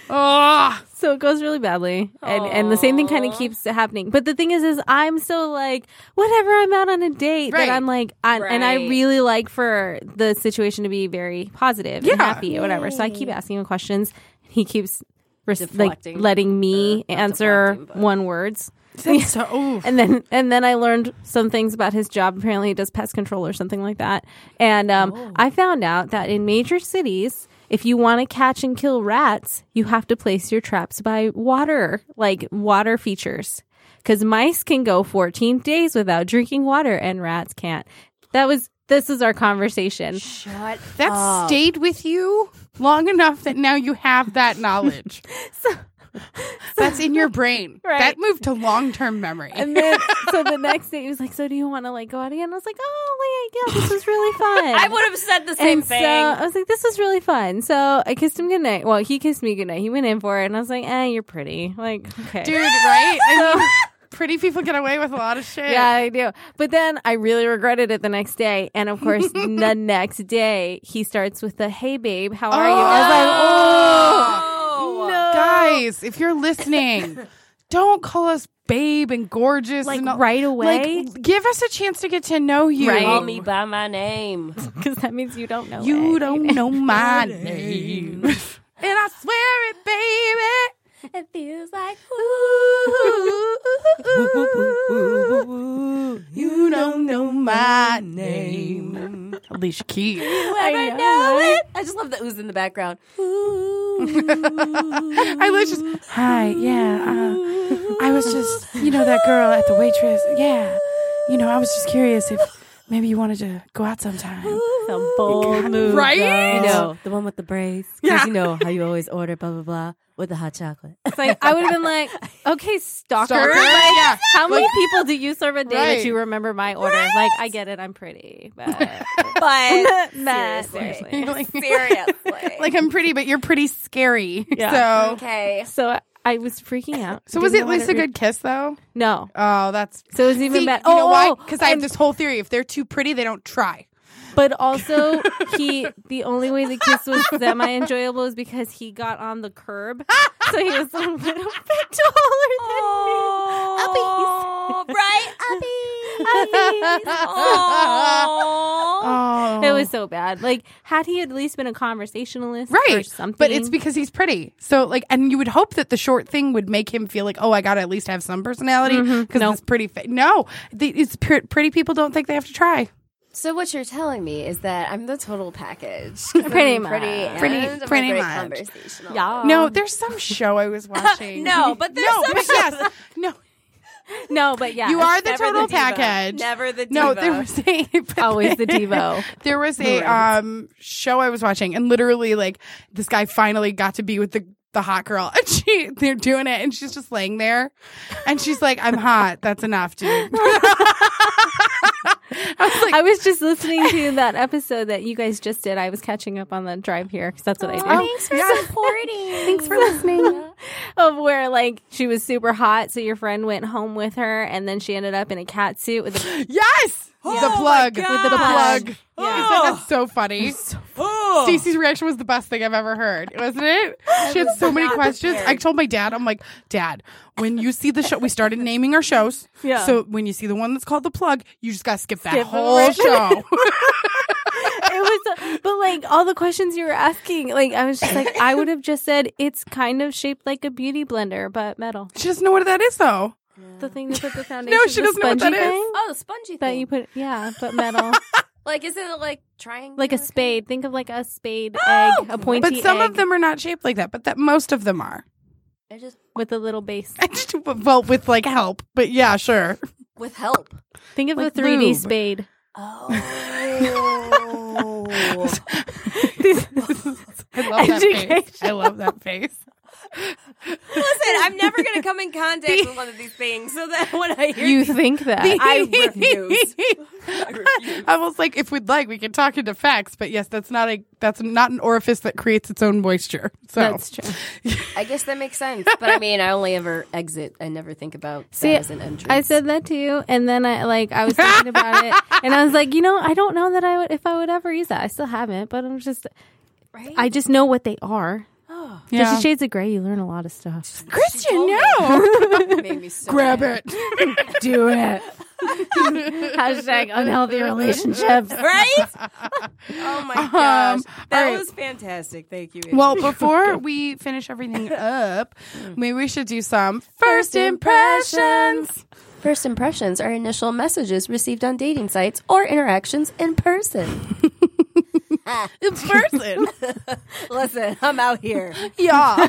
Speaker 2: Oh,
Speaker 7: So it goes really badly, and and the same thing kind of keeps happening. But the thing is, is I'm still like whatever. I'm out on a date
Speaker 2: Right.
Speaker 7: that I'm like, i and I
Speaker 3: Right.
Speaker 7: really like for the situation to be very positive,
Speaker 2: Yeah.
Speaker 7: and happy, or whatever. So I keep asking him questions, and he keeps res- like
Speaker 3: Deflecting.
Speaker 7: letting me
Speaker 3: Or not
Speaker 7: answer
Speaker 3: deflecting, but-
Speaker 7: one words.
Speaker 2: that's so. ooh.
Speaker 7: And then and then I learned some things about his job. Apparently, he does pest control or something like that. And um,
Speaker 2: Oh.
Speaker 7: I found out that in major cities, if you want to catch and kill rats, you have to place your traps by water, like water features, because mice can go 14 days without drinking water, and rats can't. That was this is our conversation.
Speaker 3: Shut
Speaker 2: That
Speaker 7: Ah.
Speaker 2: stayed with you long enough that now you have that knowledge. That's in your brain.
Speaker 7: Right.
Speaker 2: That moved to long term memory.
Speaker 7: And then so the next day he was like, "So do you want to like go out again?" I was like, "Oh, like, yeah, this was really fun."
Speaker 3: I would have said the same
Speaker 7: and
Speaker 3: thing.
Speaker 7: So I was like, this is really fun. So I kissed him goodnight. Well, he kissed me goodnight. He went in for it, and I was like, eh, you're pretty. Like, okay.
Speaker 2: Dude, right? I mean, pretty people get away with a lot of shit.
Speaker 7: Yeah, I do. But then I really regretted it the next day. And of course, the next day, he starts with the, hey, babe, how are you?
Speaker 2: Oh,
Speaker 7: And I was like,
Speaker 3: oh,
Speaker 7: oh. No.
Speaker 2: Guys, if you're listening, don't call us babe and gorgeous
Speaker 7: Like,
Speaker 2: and all-
Speaker 7: right away?
Speaker 2: Like, give us a chance to get to know you.
Speaker 7: Right.
Speaker 3: Call me by my name.
Speaker 7: Because that means you don't know.
Speaker 2: You
Speaker 7: it.
Speaker 2: don't know my name. and I swear it, baby.
Speaker 5: It feels like
Speaker 2: You don't know my name. Alicia Keys.
Speaker 3: I know it. I just love the ooze in the background.
Speaker 2: I was just, hi, yeah. Uh, I was just, you know, that girl at the waitress. Yeah. You know, I was just curious if maybe you wanted to go out sometime.
Speaker 3: Some bold move,
Speaker 2: Right?
Speaker 3: though. You know the one with the braids. Because you know how you always order blah blah blah with the hot chocolate.
Speaker 7: It's like, I would have been like, okay, stalker.
Speaker 2: Stalker?
Speaker 7: Like,
Speaker 2: Yeah.
Speaker 7: How many people do you serve a day
Speaker 2: Right.
Speaker 7: that you remember my order? Like, I get it. I'm pretty. But,
Speaker 3: But
Speaker 7: Matt,
Speaker 3: seriously,
Speaker 7: seriously.
Speaker 2: Like,
Speaker 3: seriously,
Speaker 2: like, I'm pretty, but you're pretty scary. So,
Speaker 3: okay,
Speaker 7: So I- I was freaking out.
Speaker 2: so was it
Speaker 7: Didn't
Speaker 2: at
Speaker 7: know how
Speaker 2: least
Speaker 7: to
Speaker 2: a
Speaker 7: re-
Speaker 2: good kiss, though?
Speaker 7: No.
Speaker 2: Oh, that's
Speaker 7: So it was even
Speaker 2: See,
Speaker 7: better.
Speaker 2: You know why?
Speaker 7: oh,
Speaker 2: Because I have
Speaker 7: and-
Speaker 2: this whole theory: if they're too pretty, they don't try.
Speaker 7: But also, he the only way the kiss was semi enjoyable is because he got on the curb, so he was a little bit taller than
Speaker 3: oh, right,
Speaker 7: me.
Speaker 3: Oh,
Speaker 2: Oh,
Speaker 7: It was so bad. Like, had he at least been a conversationalist or
Speaker 2: right.
Speaker 7: something?
Speaker 2: But it's because he's pretty. So like, and you would hope that the short thing would make him feel like, oh, I gotta at least have some personality
Speaker 3: Mm-hmm.
Speaker 2: because it's pretty. Fa- no, the, it's pr- pretty people don't think they have to try.
Speaker 3: So what you're telling me is that I'm the total package. 'Cause I'm
Speaker 7: Pretty much.
Speaker 3: pretty, and
Speaker 2: Pretty-
Speaker 3: I'm a
Speaker 2: pretty
Speaker 3: great
Speaker 2: much.
Speaker 3: Conversational.
Speaker 7: Yeah.
Speaker 2: no, there's some show I was watching.
Speaker 3: Um. No, but there's
Speaker 2: no,
Speaker 3: some
Speaker 2: but
Speaker 3: show
Speaker 2: yes, no,
Speaker 7: no, but yeah,
Speaker 2: you are the
Speaker 3: never
Speaker 2: total
Speaker 3: the diva.
Speaker 2: package.
Speaker 3: Never the
Speaker 2: No,
Speaker 3: diva.
Speaker 2: there was a
Speaker 7: always the Devo.
Speaker 2: There was a um show I was watching, and literally, like this guy finally got to be with the the hot girl, and she they're doing it, and she's just laying there, and she's like, "I'm hot. That's enough, dude."
Speaker 7: I was just listening to that episode that you guys just did. I was catching up on the drive here because that's what I do.
Speaker 2: Oh,
Speaker 5: thanks for supporting. Thanks for
Speaker 7: of where like she was super hot, so your friend went home with her, and then she ended up in a cat suit with a
Speaker 2: yes, the plug with the
Speaker 7: Oh gosh. Oh.
Speaker 2: plug. Isn't that so funny? Stacey's reaction was the best thing I've ever heard, wasn't it? She had so many questions. I told my dad, I'm like, Dad, when you see the show, we started naming our shows.
Speaker 7: Yeah.
Speaker 2: So when you see the one that's called The Plug, you just got to skip that
Speaker 7: Skip
Speaker 2: whole
Speaker 7: it.
Speaker 2: show.
Speaker 7: it was but like all the questions you were asking like i was just like i would have just said it's kind of shaped like a beauty blender but metal
Speaker 2: she doesn't know what that is, though.
Speaker 7: the thing that put the foundation
Speaker 2: she
Speaker 7: the
Speaker 2: doesn't know what
Speaker 7: spongy
Speaker 2: that is.
Speaker 7: thing
Speaker 3: Oh, the spongy thing.
Speaker 7: that you put yeah but metal
Speaker 3: like, is it like triangle?
Speaker 7: like a spade think of like a spade egg a pointy
Speaker 2: Oh. But some
Speaker 7: egg
Speaker 2: of them are not shaped like that, but that most of them are.
Speaker 3: I just
Speaker 7: with a little base
Speaker 2: I just well with like help, but yeah, sure.
Speaker 3: with help.
Speaker 7: think of
Speaker 2: Like
Speaker 7: the 3d
Speaker 2: lube.
Speaker 7: spade
Speaker 3: Oh.
Speaker 2: I love that face. I love that face.
Speaker 3: Listen, I'm never going to come in contact with one of these things. So that when I hear
Speaker 7: You think that?
Speaker 3: I refuse. I refuse.
Speaker 2: I was like, if we'd like, we can talk into facts, but yes, that's not a that's not an orifice that creates its own moisture. So
Speaker 7: That's true.
Speaker 3: I guess that makes sense. But I mean, I only ever exit. I never think about
Speaker 7: See,
Speaker 3: that as an entrance.
Speaker 7: I said that to you, and then I like I was thinking about it, and I was like, you know, I don't know that I would if I would ever use that. I still haven't, but I'm just,
Speaker 3: Right?
Speaker 7: I just know what they are.
Speaker 2: yeah.
Speaker 7: Fifty Shades of Grey, you learn a lot of stuff.
Speaker 2: Christian, no,
Speaker 3: It made me so
Speaker 2: grab
Speaker 3: mad.
Speaker 2: it.
Speaker 7: Do it. Hashtag unhealthy relationships.
Speaker 3: Right? oh my
Speaker 7: Um,
Speaker 3: gosh.
Speaker 2: all
Speaker 3: That
Speaker 2: right.
Speaker 3: was fantastic. Thank you.
Speaker 2: Well, before we finish everything up, maybe we should do some first impressions.
Speaker 3: First impressions are initial messages received on dating sites or interactions in person.
Speaker 2: In person,
Speaker 3: Listen, I'm out here.
Speaker 2: yeah.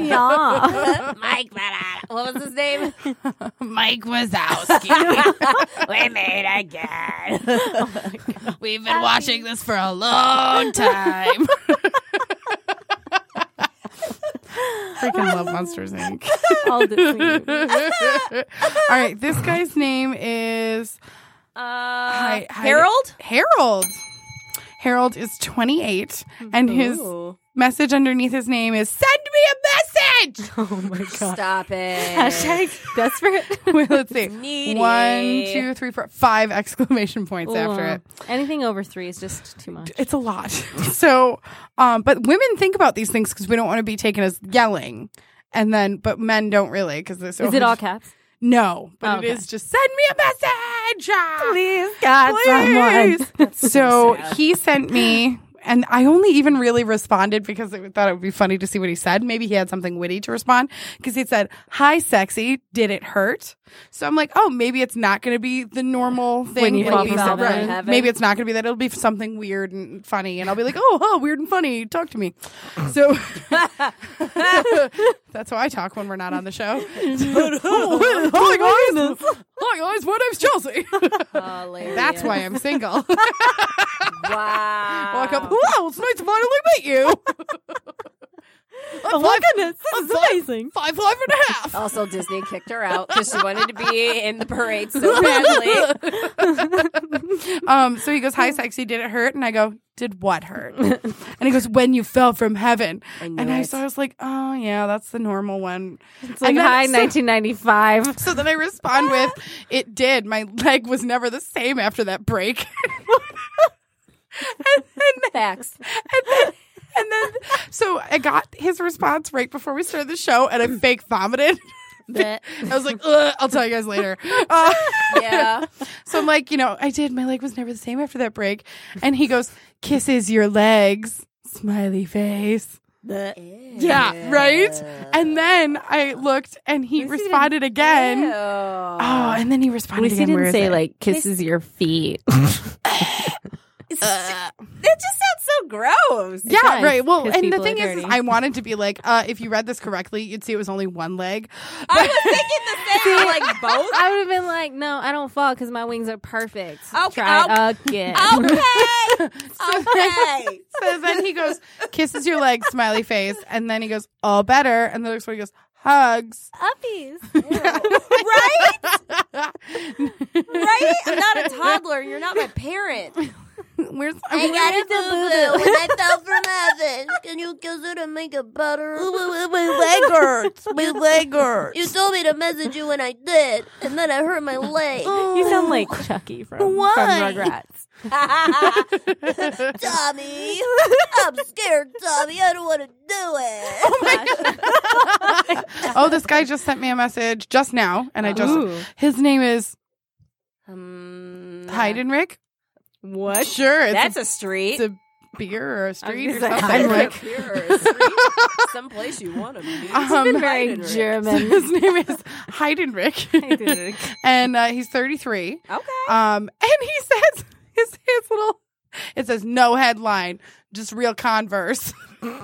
Speaker 7: Yeah.
Speaker 5: Mike Mara.
Speaker 3: What was his name?
Speaker 2: Mike Wazowski.
Speaker 5: We made again.
Speaker 2: We've been watching this for a long time. Freaking love Monsters Inc.
Speaker 7: All the
Speaker 2: All right, this guy's name is
Speaker 3: Uh,
Speaker 2: Hi- hi-
Speaker 3: Harold?
Speaker 2: Harold. Harold is 28, and his
Speaker 3: Ooh.
Speaker 2: message underneath his name is "Send me a message."
Speaker 3: Stop it.
Speaker 7: Hashtag desperate.
Speaker 2: Wait, let's see.
Speaker 3: Needy.
Speaker 2: One, two, three, four, five exclamation points after
Speaker 7: Ooh.
Speaker 2: it.
Speaker 7: Anything over three is just too much.
Speaker 2: It's a lot. so, um, but women think about these things because we don't want to be taken as yelling. And then, but men don't really because they're so.
Speaker 7: Is it all caps?
Speaker 2: No, but
Speaker 7: Oh,
Speaker 2: it
Speaker 7: okay.
Speaker 2: is just send me a message. Ah!
Speaker 7: Please, God,
Speaker 2: so he sent me, and I only even really responded because I thought it would be funny to see what he said. Maybe he had something witty to respond because he said, "Hi, sexy. Did it hurt?" So I'm like, "Oh, maybe it's not going to be the normal thing.
Speaker 7: you
Speaker 2: It'll
Speaker 7: fall
Speaker 2: be
Speaker 7: from
Speaker 2: some-
Speaker 7: heaven.
Speaker 2: right.
Speaker 3: Heaven.
Speaker 2: Maybe it's not going to be that. It'll be something weird and funny." And I'll be like, "Oh, huh, weird and funny. Talk to me." So that's how I talk when we're not on the show. "Oh, Hi guys, hi guys. oh, My name's Chelsea. That's why I'm single.
Speaker 3: Wow.
Speaker 2: Walk up. Wow, it's nice to finally meet you. oh my goodness, this is amazing. Five, five and a half.
Speaker 3: Also, Disney kicked her out because she wanted to be in the parade so badly.
Speaker 2: Um, so he goes, "Hi, sexy. Did it hurt?" And I go, "Did what hurt?" and he goes, "When you fell from heaven."
Speaker 3: I knew
Speaker 2: and I
Speaker 3: it.
Speaker 2: so I was like, "Oh yeah, that's the normal one."
Speaker 7: It's like
Speaker 2: And then-
Speaker 7: hi,
Speaker 2: so-
Speaker 7: 1995.
Speaker 2: So then I respond with, "It did. My leg was never the same after that break." and, and,
Speaker 3: Facts.
Speaker 2: and then, and then, so I got his response right before we started the show, and I fake vomited. I was like, Ugh, I'll tell you guys later. Uh,
Speaker 3: Yeah.
Speaker 2: so I'm like, you know, I did. My leg was never the same after that break. And he goes, kisses your legs, smiley face. Yeah, right? And then I looked and he responded again. Oh, and then he responded again. Where is it?
Speaker 7: like kisses your feet.
Speaker 3: That just sounds so gross.
Speaker 2: yeah,
Speaker 7: does,
Speaker 2: right. Well,
Speaker 7: 'cause
Speaker 2: and the
Speaker 7: people are
Speaker 2: thing is, is,
Speaker 7: dirty.
Speaker 2: I wanted to be like, uh, if you read this correctly, you'd see it was only one leg.
Speaker 3: I was thinking the same, like both.
Speaker 7: I would have been like, no, I don't fall because my wings are perfect.
Speaker 3: Okay,
Speaker 7: Try again.
Speaker 3: Okay. Okay.
Speaker 2: So then he goes, kisses your legs, smiley face. And then he goes, all better. And the next one he goes, hugs.
Speaker 7: Uppies.
Speaker 3: Right? Right? I'm not a toddler. You're not my parent.
Speaker 2: Where's
Speaker 5: I got a boo boo when I fell from heaven. Can you kiss it and make it better?
Speaker 2: my leg hurts. My leg hurts.
Speaker 5: You told me to message you when I did, and then I hurt my leg.
Speaker 7: You sound like Chucky from, from
Speaker 5: Why?
Speaker 7: Rugrats.
Speaker 5: Tommy, I'm scared, Tommy. I don't want to do it.
Speaker 2: Oh, this guy just sent me a message just now, and I just
Speaker 7: Ooh.
Speaker 2: his name is
Speaker 3: Um,
Speaker 2: Heidenrich.
Speaker 7: Uh-huh. What?
Speaker 2: Sure, it's
Speaker 3: That's
Speaker 2: a,
Speaker 3: a street.
Speaker 2: it's a beer or a street or
Speaker 7: just like,
Speaker 2: something.
Speaker 7: Heidenrich.
Speaker 2: Like,
Speaker 3: Here or a street. Someplace you want to be.
Speaker 2: um,
Speaker 7: Very
Speaker 3: Heidenreich.
Speaker 2: so
Speaker 7: German.
Speaker 2: his name is Heidenrich, and uh, he's thirty three.
Speaker 3: Okay.
Speaker 2: Um, and he says his his little it says no headline, just real Converse.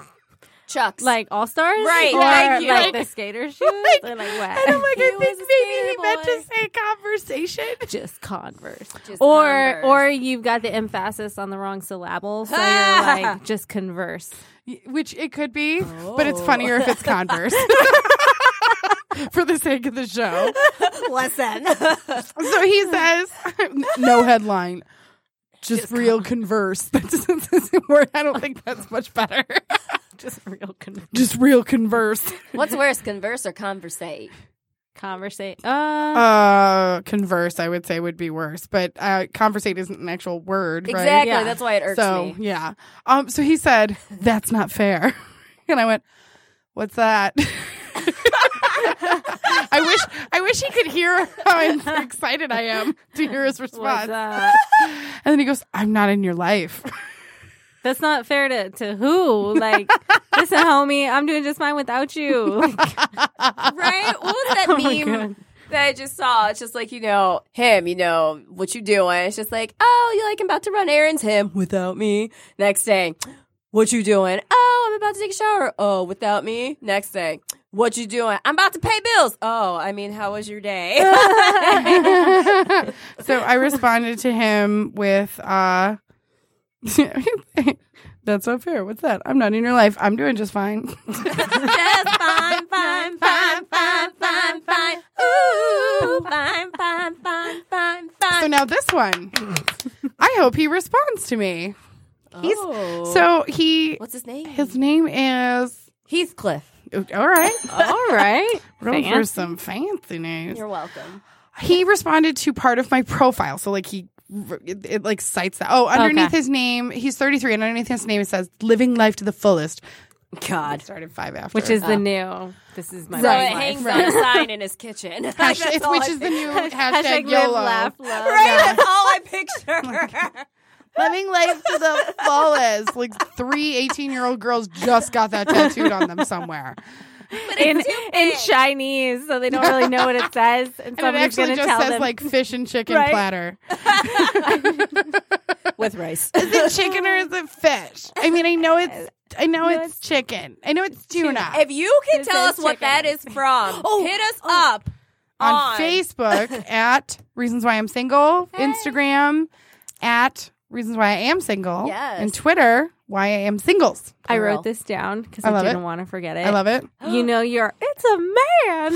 Speaker 3: Chucks.
Speaker 7: like All Stars?
Speaker 3: Right,
Speaker 7: Or
Speaker 3: thank you.
Speaker 7: like the skater shoes? or like
Speaker 2: And I'm
Speaker 7: what?
Speaker 2: like, I think
Speaker 3: was a
Speaker 2: maybe he
Speaker 3: skater
Speaker 2: meant to
Speaker 3: boy.
Speaker 2: say Converse conversation.
Speaker 7: just converse.
Speaker 3: Just
Speaker 7: or
Speaker 3: Converse.
Speaker 7: or you've got the emphasis on the wrong syllable, so you're like just converse.
Speaker 2: Which it could be, but it's funnier if it's Converse. For the sake of the show.
Speaker 3: Listen.
Speaker 2: So he says, no headline. Just, real converse. That's, that's the word. I don't think that's much better.
Speaker 7: Just real con-
Speaker 2: Just real converse.
Speaker 3: What's worse, converse or conversate?
Speaker 7: conversate. Uh,
Speaker 2: Uh, converse, I would say, would be worse. But uh, conversate isn't an actual word, right?
Speaker 3: Exactly.
Speaker 7: Yeah.
Speaker 3: That's why it irks
Speaker 2: so
Speaker 3: me.
Speaker 2: yeah um so he said that's not fair and i went what's that i wish i wish he could hear how excited i am to hear his
Speaker 7: what's
Speaker 2: response
Speaker 7: that?
Speaker 2: and then he goes i'm not in your life
Speaker 7: That's not fair to, to who? Like, listen, homie, I'm doing just fine without you. Like,
Speaker 3: Right? What was that
Speaker 7: my
Speaker 3: meme
Speaker 7: God.
Speaker 3: that I just saw? It's just like, you know, him, you know, what you doing? It's just like, oh, you like I'm about to run errands, him without me. Next day, what you doing? Oh, I'm about to take a shower. Oh, without me. Next day, what you doing? I'm about to pay bills. Oh, I mean, how was your day?
Speaker 2: so i responded to him with uh that's not fair what's that i'm not in your life i'm doing just fine
Speaker 3: just fine, fine, fine, fine, fine, fine. Ooh, fine, fine, fine, fine,
Speaker 2: so
Speaker 3: fine.
Speaker 2: now this one i hope he responds to me he's-
Speaker 3: Oh.
Speaker 2: so he
Speaker 3: what's his name?
Speaker 2: His name is.
Speaker 3: Heathcliff.
Speaker 2: All right.
Speaker 7: all right.
Speaker 2: Room for
Speaker 7: Fancy.
Speaker 2: some fancy names.
Speaker 3: You're welcome.
Speaker 2: He responded to part of my profile. So, like, he. It, it, like cites that. Oh, underneath
Speaker 7: Okay.
Speaker 2: his name, he's 33, and underneath his name it says "Living Life to the Fullest." I
Speaker 3: God.
Speaker 2: started five after, Uh,
Speaker 7: Which is the new. This is my
Speaker 3: uh, So
Speaker 7: right.
Speaker 3: it hangs
Speaker 2: Right.
Speaker 3: on a sign in his kitchen. Like,
Speaker 2: Hash-
Speaker 3: that's
Speaker 2: it's-
Speaker 3: all
Speaker 2: which
Speaker 3: I
Speaker 2: is the
Speaker 3: think.
Speaker 2: new hashtag,
Speaker 7: Hashtag live,
Speaker 2: YOLO.
Speaker 7: laugh, love.
Speaker 3: Right, that's all I picture.
Speaker 2: Living life to the fullest. Like three 18 year old girls just got that tattooed on them somewhere.
Speaker 7: in in Chinese, so they don't really know what it says, and,
Speaker 2: And it
Speaker 7: somebody's
Speaker 2: actually
Speaker 7: going to
Speaker 2: just
Speaker 7: tell
Speaker 2: says
Speaker 7: them.
Speaker 2: like fish and chicken
Speaker 7: Right.
Speaker 2: platter.
Speaker 3: With rice.
Speaker 2: Is it chicken or is it fish? I mean, I know it's I know
Speaker 7: No,
Speaker 2: it's chicken. I know it's tuna.
Speaker 3: If you can
Speaker 7: It
Speaker 3: tell
Speaker 7: says
Speaker 3: us what
Speaker 7: chicken.
Speaker 3: that is from, hit us up
Speaker 2: on,
Speaker 3: Oh, on.
Speaker 2: Facebook at Reasons Why I'm Single, Instagram at Reasons Why I Am Single,
Speaker 3: Yes.
Speaker 2: and Twitter Why I Am Singles.
Speaker 7: I
Speaker 3: Girl.
Speaker 7: wrote this down because
Speaker 2: I
Speaker 7: I,
Speaker 2: love
Speaker 7: didn't
Speaker 2: it.
Speaker 7: want to forget it.
Speaker 2: I love it.
Speaker 7: You know, you're. It's a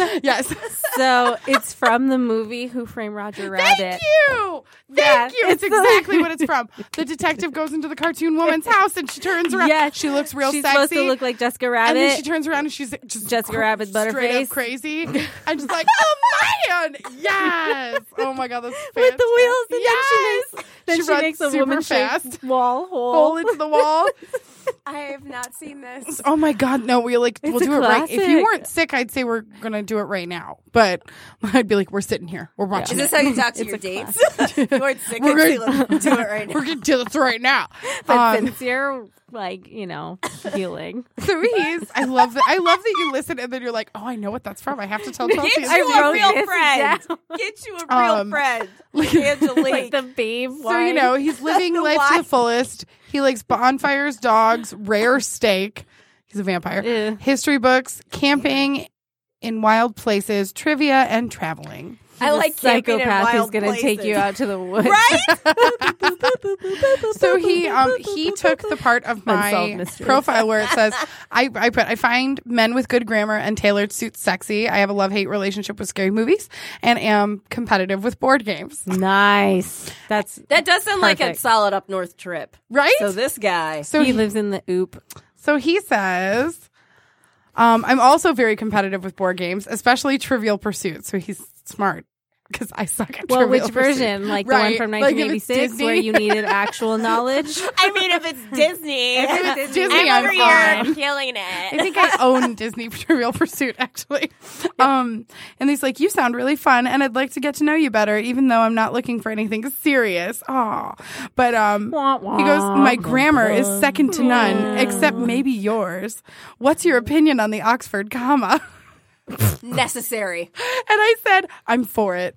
Speaker 7: man.
Speaker 2: Yes.
Speaker 7: so it's from the movie Who Framed Roger Rabbit.
Speaker 2: Thank you. Thank
Speaker 7: Yeah,
Speaker 2: you. It's
Speaker 7: it's the-
Speaker 2: exactly what it's from. The detective goes into the cartoon woman's house and she turns around.
Speaker 7: Yes.
Speaker 2: She looks real
Speaker 7: She's
Speaker 2: sexy.
Speaker 7: supposed to look like Jessica Rabbit.
Speaker 2: and then she turns around and she's just
Speaker 7: Jessica Rabbit
Speaker 2: straight up
Speaker 7: Butterface.
Speaker 2: crazy. I'm just like, oh man, yes! Oh my god, that's
Speaker 7: with the
Speaker 2: fantastic.
Speaker 7: wheels, and
Speaker 2: yes!
Speaker 7: then she makes,
Speaker 2: She
Speaker 7: then she
Speaker 2: runs
Speaker 7: makes a
Speaker 2: super
Speaker 7: woman
Speaker 2: fast.
Speaker 7: shaped wall hole.
Speaker 2: hole into the wall.
Speaker 3: I have not seen this.
Speaker 2: Oh my god, no, we like we'll
Speaker 7: a
Speaker 2: do it right. If you
Speaker 7: classic.
Speaker 2: weren't sick, I'd say we're gonna do it right now. But I'd be like, we're sitting here, we're
Speaker 3: Is
Speaker 2: watching
Speaker 3: this
Speaker 2: it.
Speaker 3: how you talk to your dates? Lord, sick
Speaker 2: We're
Speaker 3: and
Speaker 2: gonna-
Speaker 3: let's do it right now.
Speaker 2: we're gonna do this right now.
Speaker 7: but
Speaker 2: Um,
Speaker 7: sincere, like you know, feeling.
Speaker 2: so he's, I love that. I love that you listen, and then you're like, "Oh, I know what that's from. I have to tell Chelsea." and
Speaker 3: Get you
Speaker 2: Chelsea-
Speaker 3: a
Speaker 7: wrote
Speaker 3: real
Speaker 7: this
Speaker 3: friend.
Speaker 7: down.
Speaker 3: Get you a real
Speaker 2: Um,
Speaker 3: friend. Angelique.
Speaker 7: like the babe.
Speaker 2: so you
Speaker 7: wine.
Speaker 2: know, he's living life to
Speaker 3: Why?
Speaker 2: the fullest. He likes bonfires, dogs, rare steak. He's a vampire.
Speaker 7: Ew.
Speaker 2: History books, camping in wild places, trivia, and traveling.
Speaker 3: I
Speaker 7: The
Speaker 3: like camping in
Speaker 7: psychopath who's
Speaker 3: wild
Speaker 7: going to take you
Speaker 3: places.
Speaker 7: out to the woods.
Speaker 3: Right?
Speaker 2: so he um he took the part of
Speaker 7: Unsolved
Speaker 2: my
Speaker 7: mysteries.
Speaker 2: profile where it says I, I put I find men with good grammar and tailored suits sexy. I have a love hate relationship with scary movies and am competitive with board games.
Speaker 7: Nice. That's
Speaker 3: That does sound like a
Speaker 7: Perfect.
Speaker 3: solid up north trip.
Speaker 2: Right?
Speaker 3: So this guy.
Speaker 2: So
Speaker 7: he
Speaker 2: he,
Speaker 7: lives in the oop.
Speaker 2: so he says um I'm also very competitive with board games, especially Trivial Pursuit. So he's smart because I suck at
Speaker 7: Well,
Speaker 2: Trivial Pursuit.
Speaker 7: which version? Like the one
Speaker 2: Right.
Speaker 7: from
Speaker 2: Like if it's
Speaker 7: 1986 where
Speaker 2: Disney.
Speaker 7: you needed actual knowledge?
Speaker 3: I mean, if it's Disney,
Speaker 2: If it's Disney, I'm on.
Speaker 3: killing
Speaker 2: I
Speaker 3: it.
Speaker 2: think I own Disney Trivial Pursuit actually. Um, and he's like, "You sound really fun, and I'd like to get to know you better, even though I'm not looking for anything serious." Oh, but um,
Speaker 7: Wah, wah.
Speaker 2: he goes, "My grammar is second to none, except maybe yours. What's your opinion on the Oxford comma?"
Speaker 3: Necessary.
Speaker 2: And I said, "I'm for it."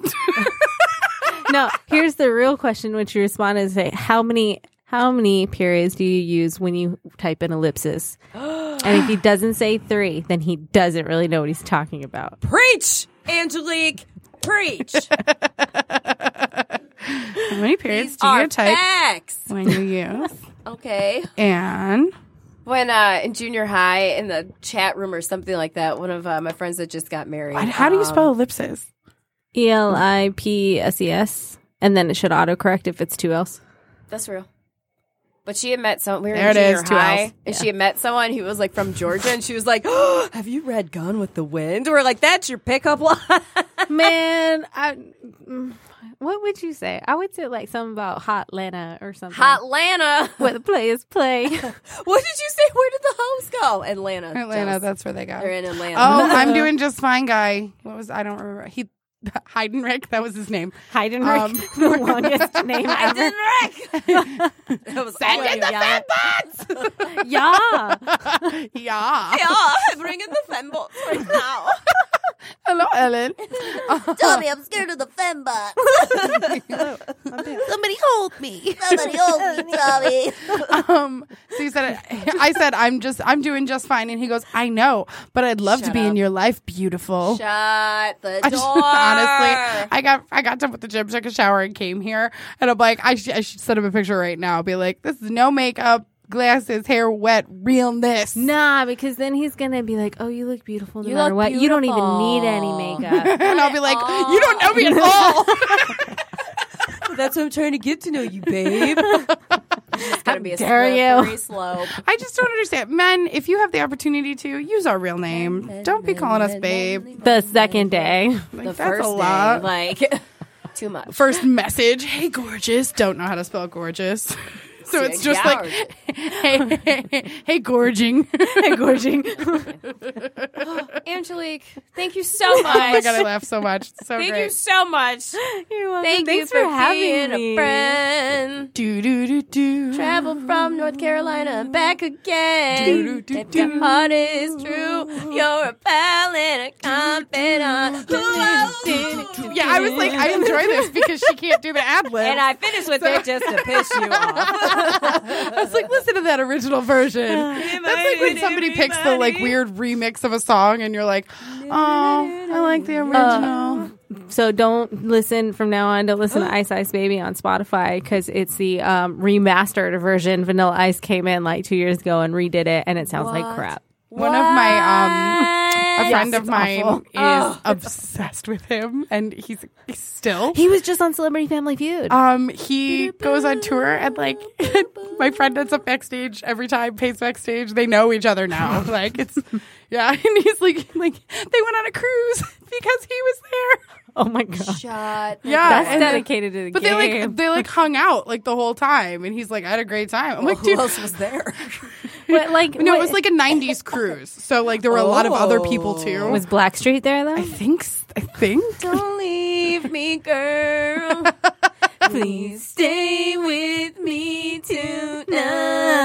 Speaker 7: no, here's the real question which you respond is say, how many how many periods do you use when you type an ellipsis? and if he doesn't say three, then he doesn't really know what he's talking about.
Speaker 3: Preach, Angelique. Preach.
Speaker 2: kids
Speaker 3: These are
Speaker 2: stereotype
Speaker 3: facts.
Speaker 2: when you use.
Speaker 3: Okay.
Speaker 2: And
Speaker 3: When uh, in junior high, in the chat room or something like that, one of uh, my friends that just got married.
Speaker 2: and how do you
Speaker 3: um,
Speaker 2: spell ellipses?
Speaker 7: E L I P S E S. And then it should autocorrect if it's two L's.
Speaker 3: That's real. But she had met someone. We were
Speaker 2: There
Speaker 3: in
Speaker 2: it
Speaker 3: junior
Speaker 2: is, two
Speaker 3: high,
Speaker 2: Ls.
Speaker 3: and she had met someone who was like from Georgia, and she was like, oh, "Have you read Gone with the Wind?" We're like, "That's your pickup line."
Speaker 7: Man, I, mm, what would you say? I would say like something about Hot Lana or something.
Speaker 3: Atlanta.
Speaker 7: Where the play is play.
Speaker 3: What did you say? Where did the homes go? Atlanta.
Speaker 2: Atlanta,
Speaker 3: Jealous.
Speaker 2: that's where they got.
Speaker 3: They're
Speaker 2: it.
Speaker 3: in Atlanta.
Speaker 2: Oh, I'm doing just fine, guy. What was I don't remember. He Heidenreich, that was his name.
Speaker 7: Heidenreich,
Speaker 2: Um,
Speaker 7: the longest name
Speaker 3: I
Speaker 7: ever.
Speaker 3: did Rick. that was
Speaker 2: Send in the
Speaker 3: yeah.
Speaker 7: Yeah.
Speaker 2: yeah.
Speaker 3: yeah, bring in the fembots right now.
Speaker 2: Hello, Ellen.
Speaker 5: Tommy, I'm scared of the fembots.
Speaker 2: Somebody hold me.
Speaker 5: Somebody hold me, Tommy.
Speaker 2: Um, so you said, it- I said, I'm just, I'm doing just fine. And he goes, I know, but I'd love to be in your life, beautiful.
Speaker 3: Shut the
Speaker 2: I
Speaker 3: door.
Speaker 2: just, honestly, I got I got done with the gym, took a shower, and came here. And I'm like, I, sh- I should send him a picture right now. Be like, this is no makeup, glasses, hair wet, realness.
Speaker 7: Nah, because then he's gonna be like, "Oh, you look beautiful no
Speaker 3: You
Speaker 7: matter
Speaker 3: look
Speaker 7: what. You don't even need any
Speaker 3: beautiful."
Speaker 7: makeup."
Speaker 2: and I'll be like, you don't know me at all.
Speaker 3: That's what I'm trying to get to know you, babe. it's gonna be a
Speaker 7: dare you.
Speaker 3: slippery slope.
Speaker 2: I just don't understand, men. If you have the opportunity to use our real name, don't be calling us babe.
Speaker 7: the second day,
Speaker 2: Like,
Speaker 3: The
Speaker 2: that's
Speaker 3: first
Speaker 2: a lot.
Speaker 3: day, like too much.
Speaker 2: First message, hey gorgeous. Don't know how to spell gorgeous. So it's just like, hey, hey, hey, hey, gorging.
Speaker 7: Hey, gorging.
Speaker 3: Angelique, thank you so much.
Speaker 2: Oh my god, I laugh so much. It's so
Speaker 3: Thank
Speaker 2: great.
Speaker 3: you so much.
Speaker 7: You're welcome.
Speaker 3: Thank
Speaker 7: Thanks
Speaker 3: you
Speaker 7: for, having
Speaker 3: being
Speaker 7: me.
Speaker 3: a friend.
Speaker 2: Do do do do.
Speaker 3: Travel from North Carolina and back again.
Speaker 2: Do-do-do-do.
Speaker 3: If your heart
Speaker 7: Mm-hmm.
Speaker 3: is true, you're a pal and a confidant. Ooh-ah-ooh.
Speaker 2: Yeah, I was like, I enjoy this because she can't do the ad lib.
Speaker 3: And I finished with that just to piss you off.
Speaker 2: I was like, listen to that original version. That's like when somebody picks the like weird remix of a song, and you're like, oh, I like
Speaker 3: Uh,
Speaker 2: the original.
Speaker 7: So don't listen from now on. Don't listen to Ice Ice Baby on Spotify because it's the um, remastered version. Vanilla Ice came in like two years ago and redid it, and it sounds like crap.
Speaker 2: One of my um. A friend
Speaker 3: What? Oh.
Speaker 7: Yes,
Speaker 2: of
Speaker 7: it's
Speaker 2: mine
Speaker 7: awful.
Speaker 2: is obsessed with him, and he's, he's still.
Speaker 7: He was just on Celebrity Family Feud.
Speaker 2: Um, he goes on tour and like my friend ends up backstage every time, pays backstage. They know each other now. Like it's yeah, and he's like like they went on a cruise because he was there.
Speaker 7: oh my god,
Speaker 3: Shut.
Speaker 2: Yeah,
Speaker 7: that's
Speaker 2: and then-
Speaker 7: dedicated to the
Speaker 2: But they
Speaker 7: game.
Speaker 2: like they like hung out like the whole time, and he's like, I had a great time. I'm like,
Speaker 3: Who
Speaker 2: dude,
Speaker 3: else was there?
Speaker 7: But, like
Speaker 2: no, it
Speaker 7: what-
Speaker 2: was like a '90s cruise, so like there were a lot of other people too.
Speaker 7: was Blackstreet there though.
Speaker 2: Oh. I think s- I think
Speaker 3: Don't leave me, girl. Please stay with me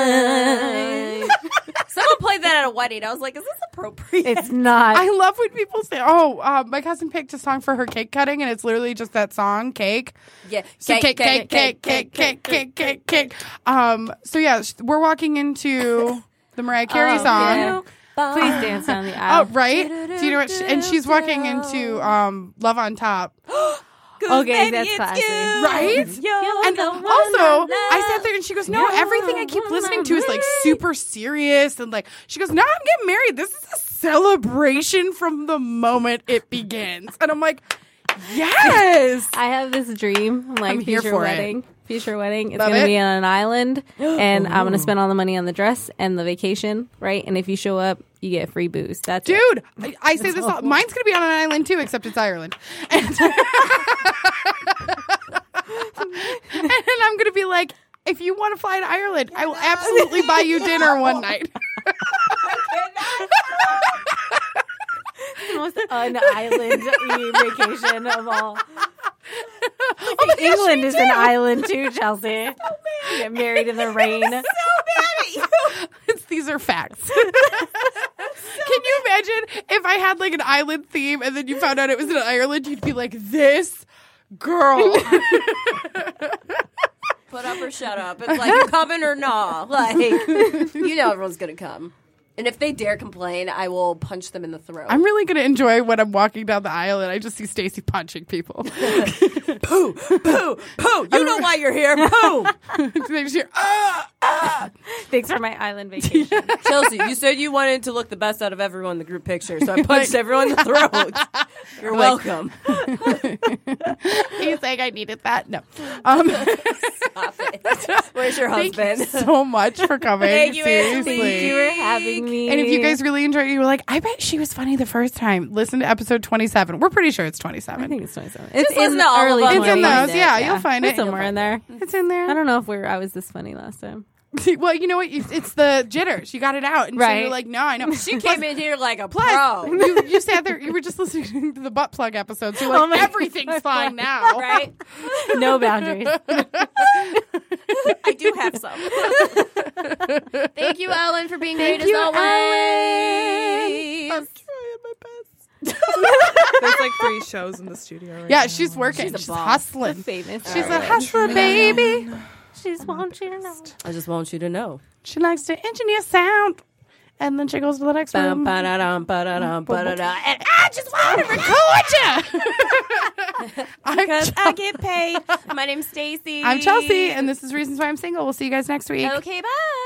Speaker 3: tonight. Someone played that at a wedding. I was like, is this appropriate?
Speaker 7: It's not.
Speaker 2: I love when people say, "Oh, uh, my cousin picked a song for her cake cutting, and it's literally just that song, cake."
Speaker 3: yeah.
Speaker 2: So cake, cake, cake, cake, cake, cake, cake, cake. Um. So yeah, sh- we're walking into the Mariah Carey song.
Speaker 7: yeah. Please dance on the
Speaker 2: Oh,
Speaker 7: aisle.
Speaker 2: right. Do you know what? She, and she's walking into um Love on Top.
Speaker 7: Okay, that's classy.
Speaker 2: Right? And also, I sat there and she goes, "No, everything I keep listening to is like super serious." And like, she goes, "No, I'm getting married. This is a celebration from the moment it begins." And I'm like, "Yes."
Speaker 7: I have this dream, like
Speaker 2: I'm here
Speaker 7: future
Speaker 2: for it.
Speaker 7: wedding. Future wedding. It's
Speaker 2: Love
Speaker 7: gonna
Speaker 2: it.
Speaker 7: be on an island, and I'm gonna spend all the money on the dress and the vacation, right? And if you show up, you get free booze. That's it.
Speaker 2: Dude, I, I say this. All, mine's gonna be on an island too, except it's Ireland, and, and I'm gonna be like, if you want to fly to Ireland, I will absolutely buy you dinner one night.
Speaker 7: the most an island vacation of all.
Speaker 2: Oh
Speaker 7: England is an island too, Chelsea. You get married in the rain.
Speaker 2: It's- These are facts. Can you imagine if I had like an island theme and then you found out it was in Ireland? You'd be like, this girl.
Speaker 3: Put up or shut up. It's like, you coming or not? Like, you know everyone's going to come. And if they dare complain, I will punch them in the throat.
Speaker 2: I'm really gonna enjoy when I'm walking down the aisle and I just see Stacy punching people.
Speaker 3: poo, poo, poo. You know why you're here. Poo.
Speaker 2: they just hear, ah, ah.
Speaker 7: Thanks for my island vacation.
Speaker 3: Chelsea, you said you wanted to look the best out of everyone in the group picture, so I punched everyone in the throat. You're welcome.
Speaker 2: He's like, I needed that. No. Um,
Speaker 3: Stop it. Where's your
Speaker 2: thank you
Speaker 3: husband?
Speaker 2: so much for coming.
Speaker 3: Thank you, Ashley.
Speaker 2: Seriously.
Speaker 7: Thank you for having me.
Speaker 2: And if you guys really enjoyed it, you were like, I bet she was funny the first time. Listen to episode 27. We're pretty sure it's 27.
Speaker 7: I think it's 27. It's
Speaker 3: listen to all of
Speaker 7: early
Speaker 3: them.
Speaker 2: it's in
Speaker 3: You'll
Speaker 7: 20s.
Speaker 3: find
Speaker 2: those.
Speaker 3: it.
Speaker 2: Yeah, you'll find
Speaker 7: It's
Speaker 2: it.
Speaker 7: somewhere in there.
Speaker 2: It's in there.
Speaker 7: I don't know if we were, I was this funny last time.
Speaker 2: well, you know what? It's it's the jitters. You got it out. And so
Speaker 7: Right.
Speaker 2: you're like, no, I know.
Speaker 3: She came in here like a
Speaker 2: Plus,
Speaker 3: pro,
Speaker 2: you, you sat there. You were just listening to the butt plug episode. So you're
Speaker 7: Oh
Speaker 2: like,
Speaker 7: my-
Speaker 2: everything's fine now.
Speaker 3: right?
Speaker 7: No boundaries.
Speaker 3: I do have some.
Speaker 5: Thank you, Ellen, for being great
Speaker 7: you,
Speaker 5: as always.
Speaker 6: I'm trying my best. There's like three shows in the studio. Right
Speaker 2: Yeah,
Speaker 6: now.
Speaker 2: she's working. She's,
Speaker 3: She's a boss.
Speaker 2: hustling.
Speaker 7: Famous.
Speaker 2: She's a hustler, baby.
Speaker 7: She's watching us.
Speaker 3: I just want you to know.
Speaker 2: She likes to engineer sound. And then she goes to the next
Speaker 3: Bum,
Speaker 2: room.
Speaker 3: ba-da-dum, ba-da-dum, ba-da-dum. And
Speaker 2: I just want to record you. I'm,
Speaker 3: Because I get paid. My name's Stacy.
Speaker 2: I'm Chelsea, and this is Reasons Why I'm Single. We'll see you guys next week.
Speaker 3: Okay, bye.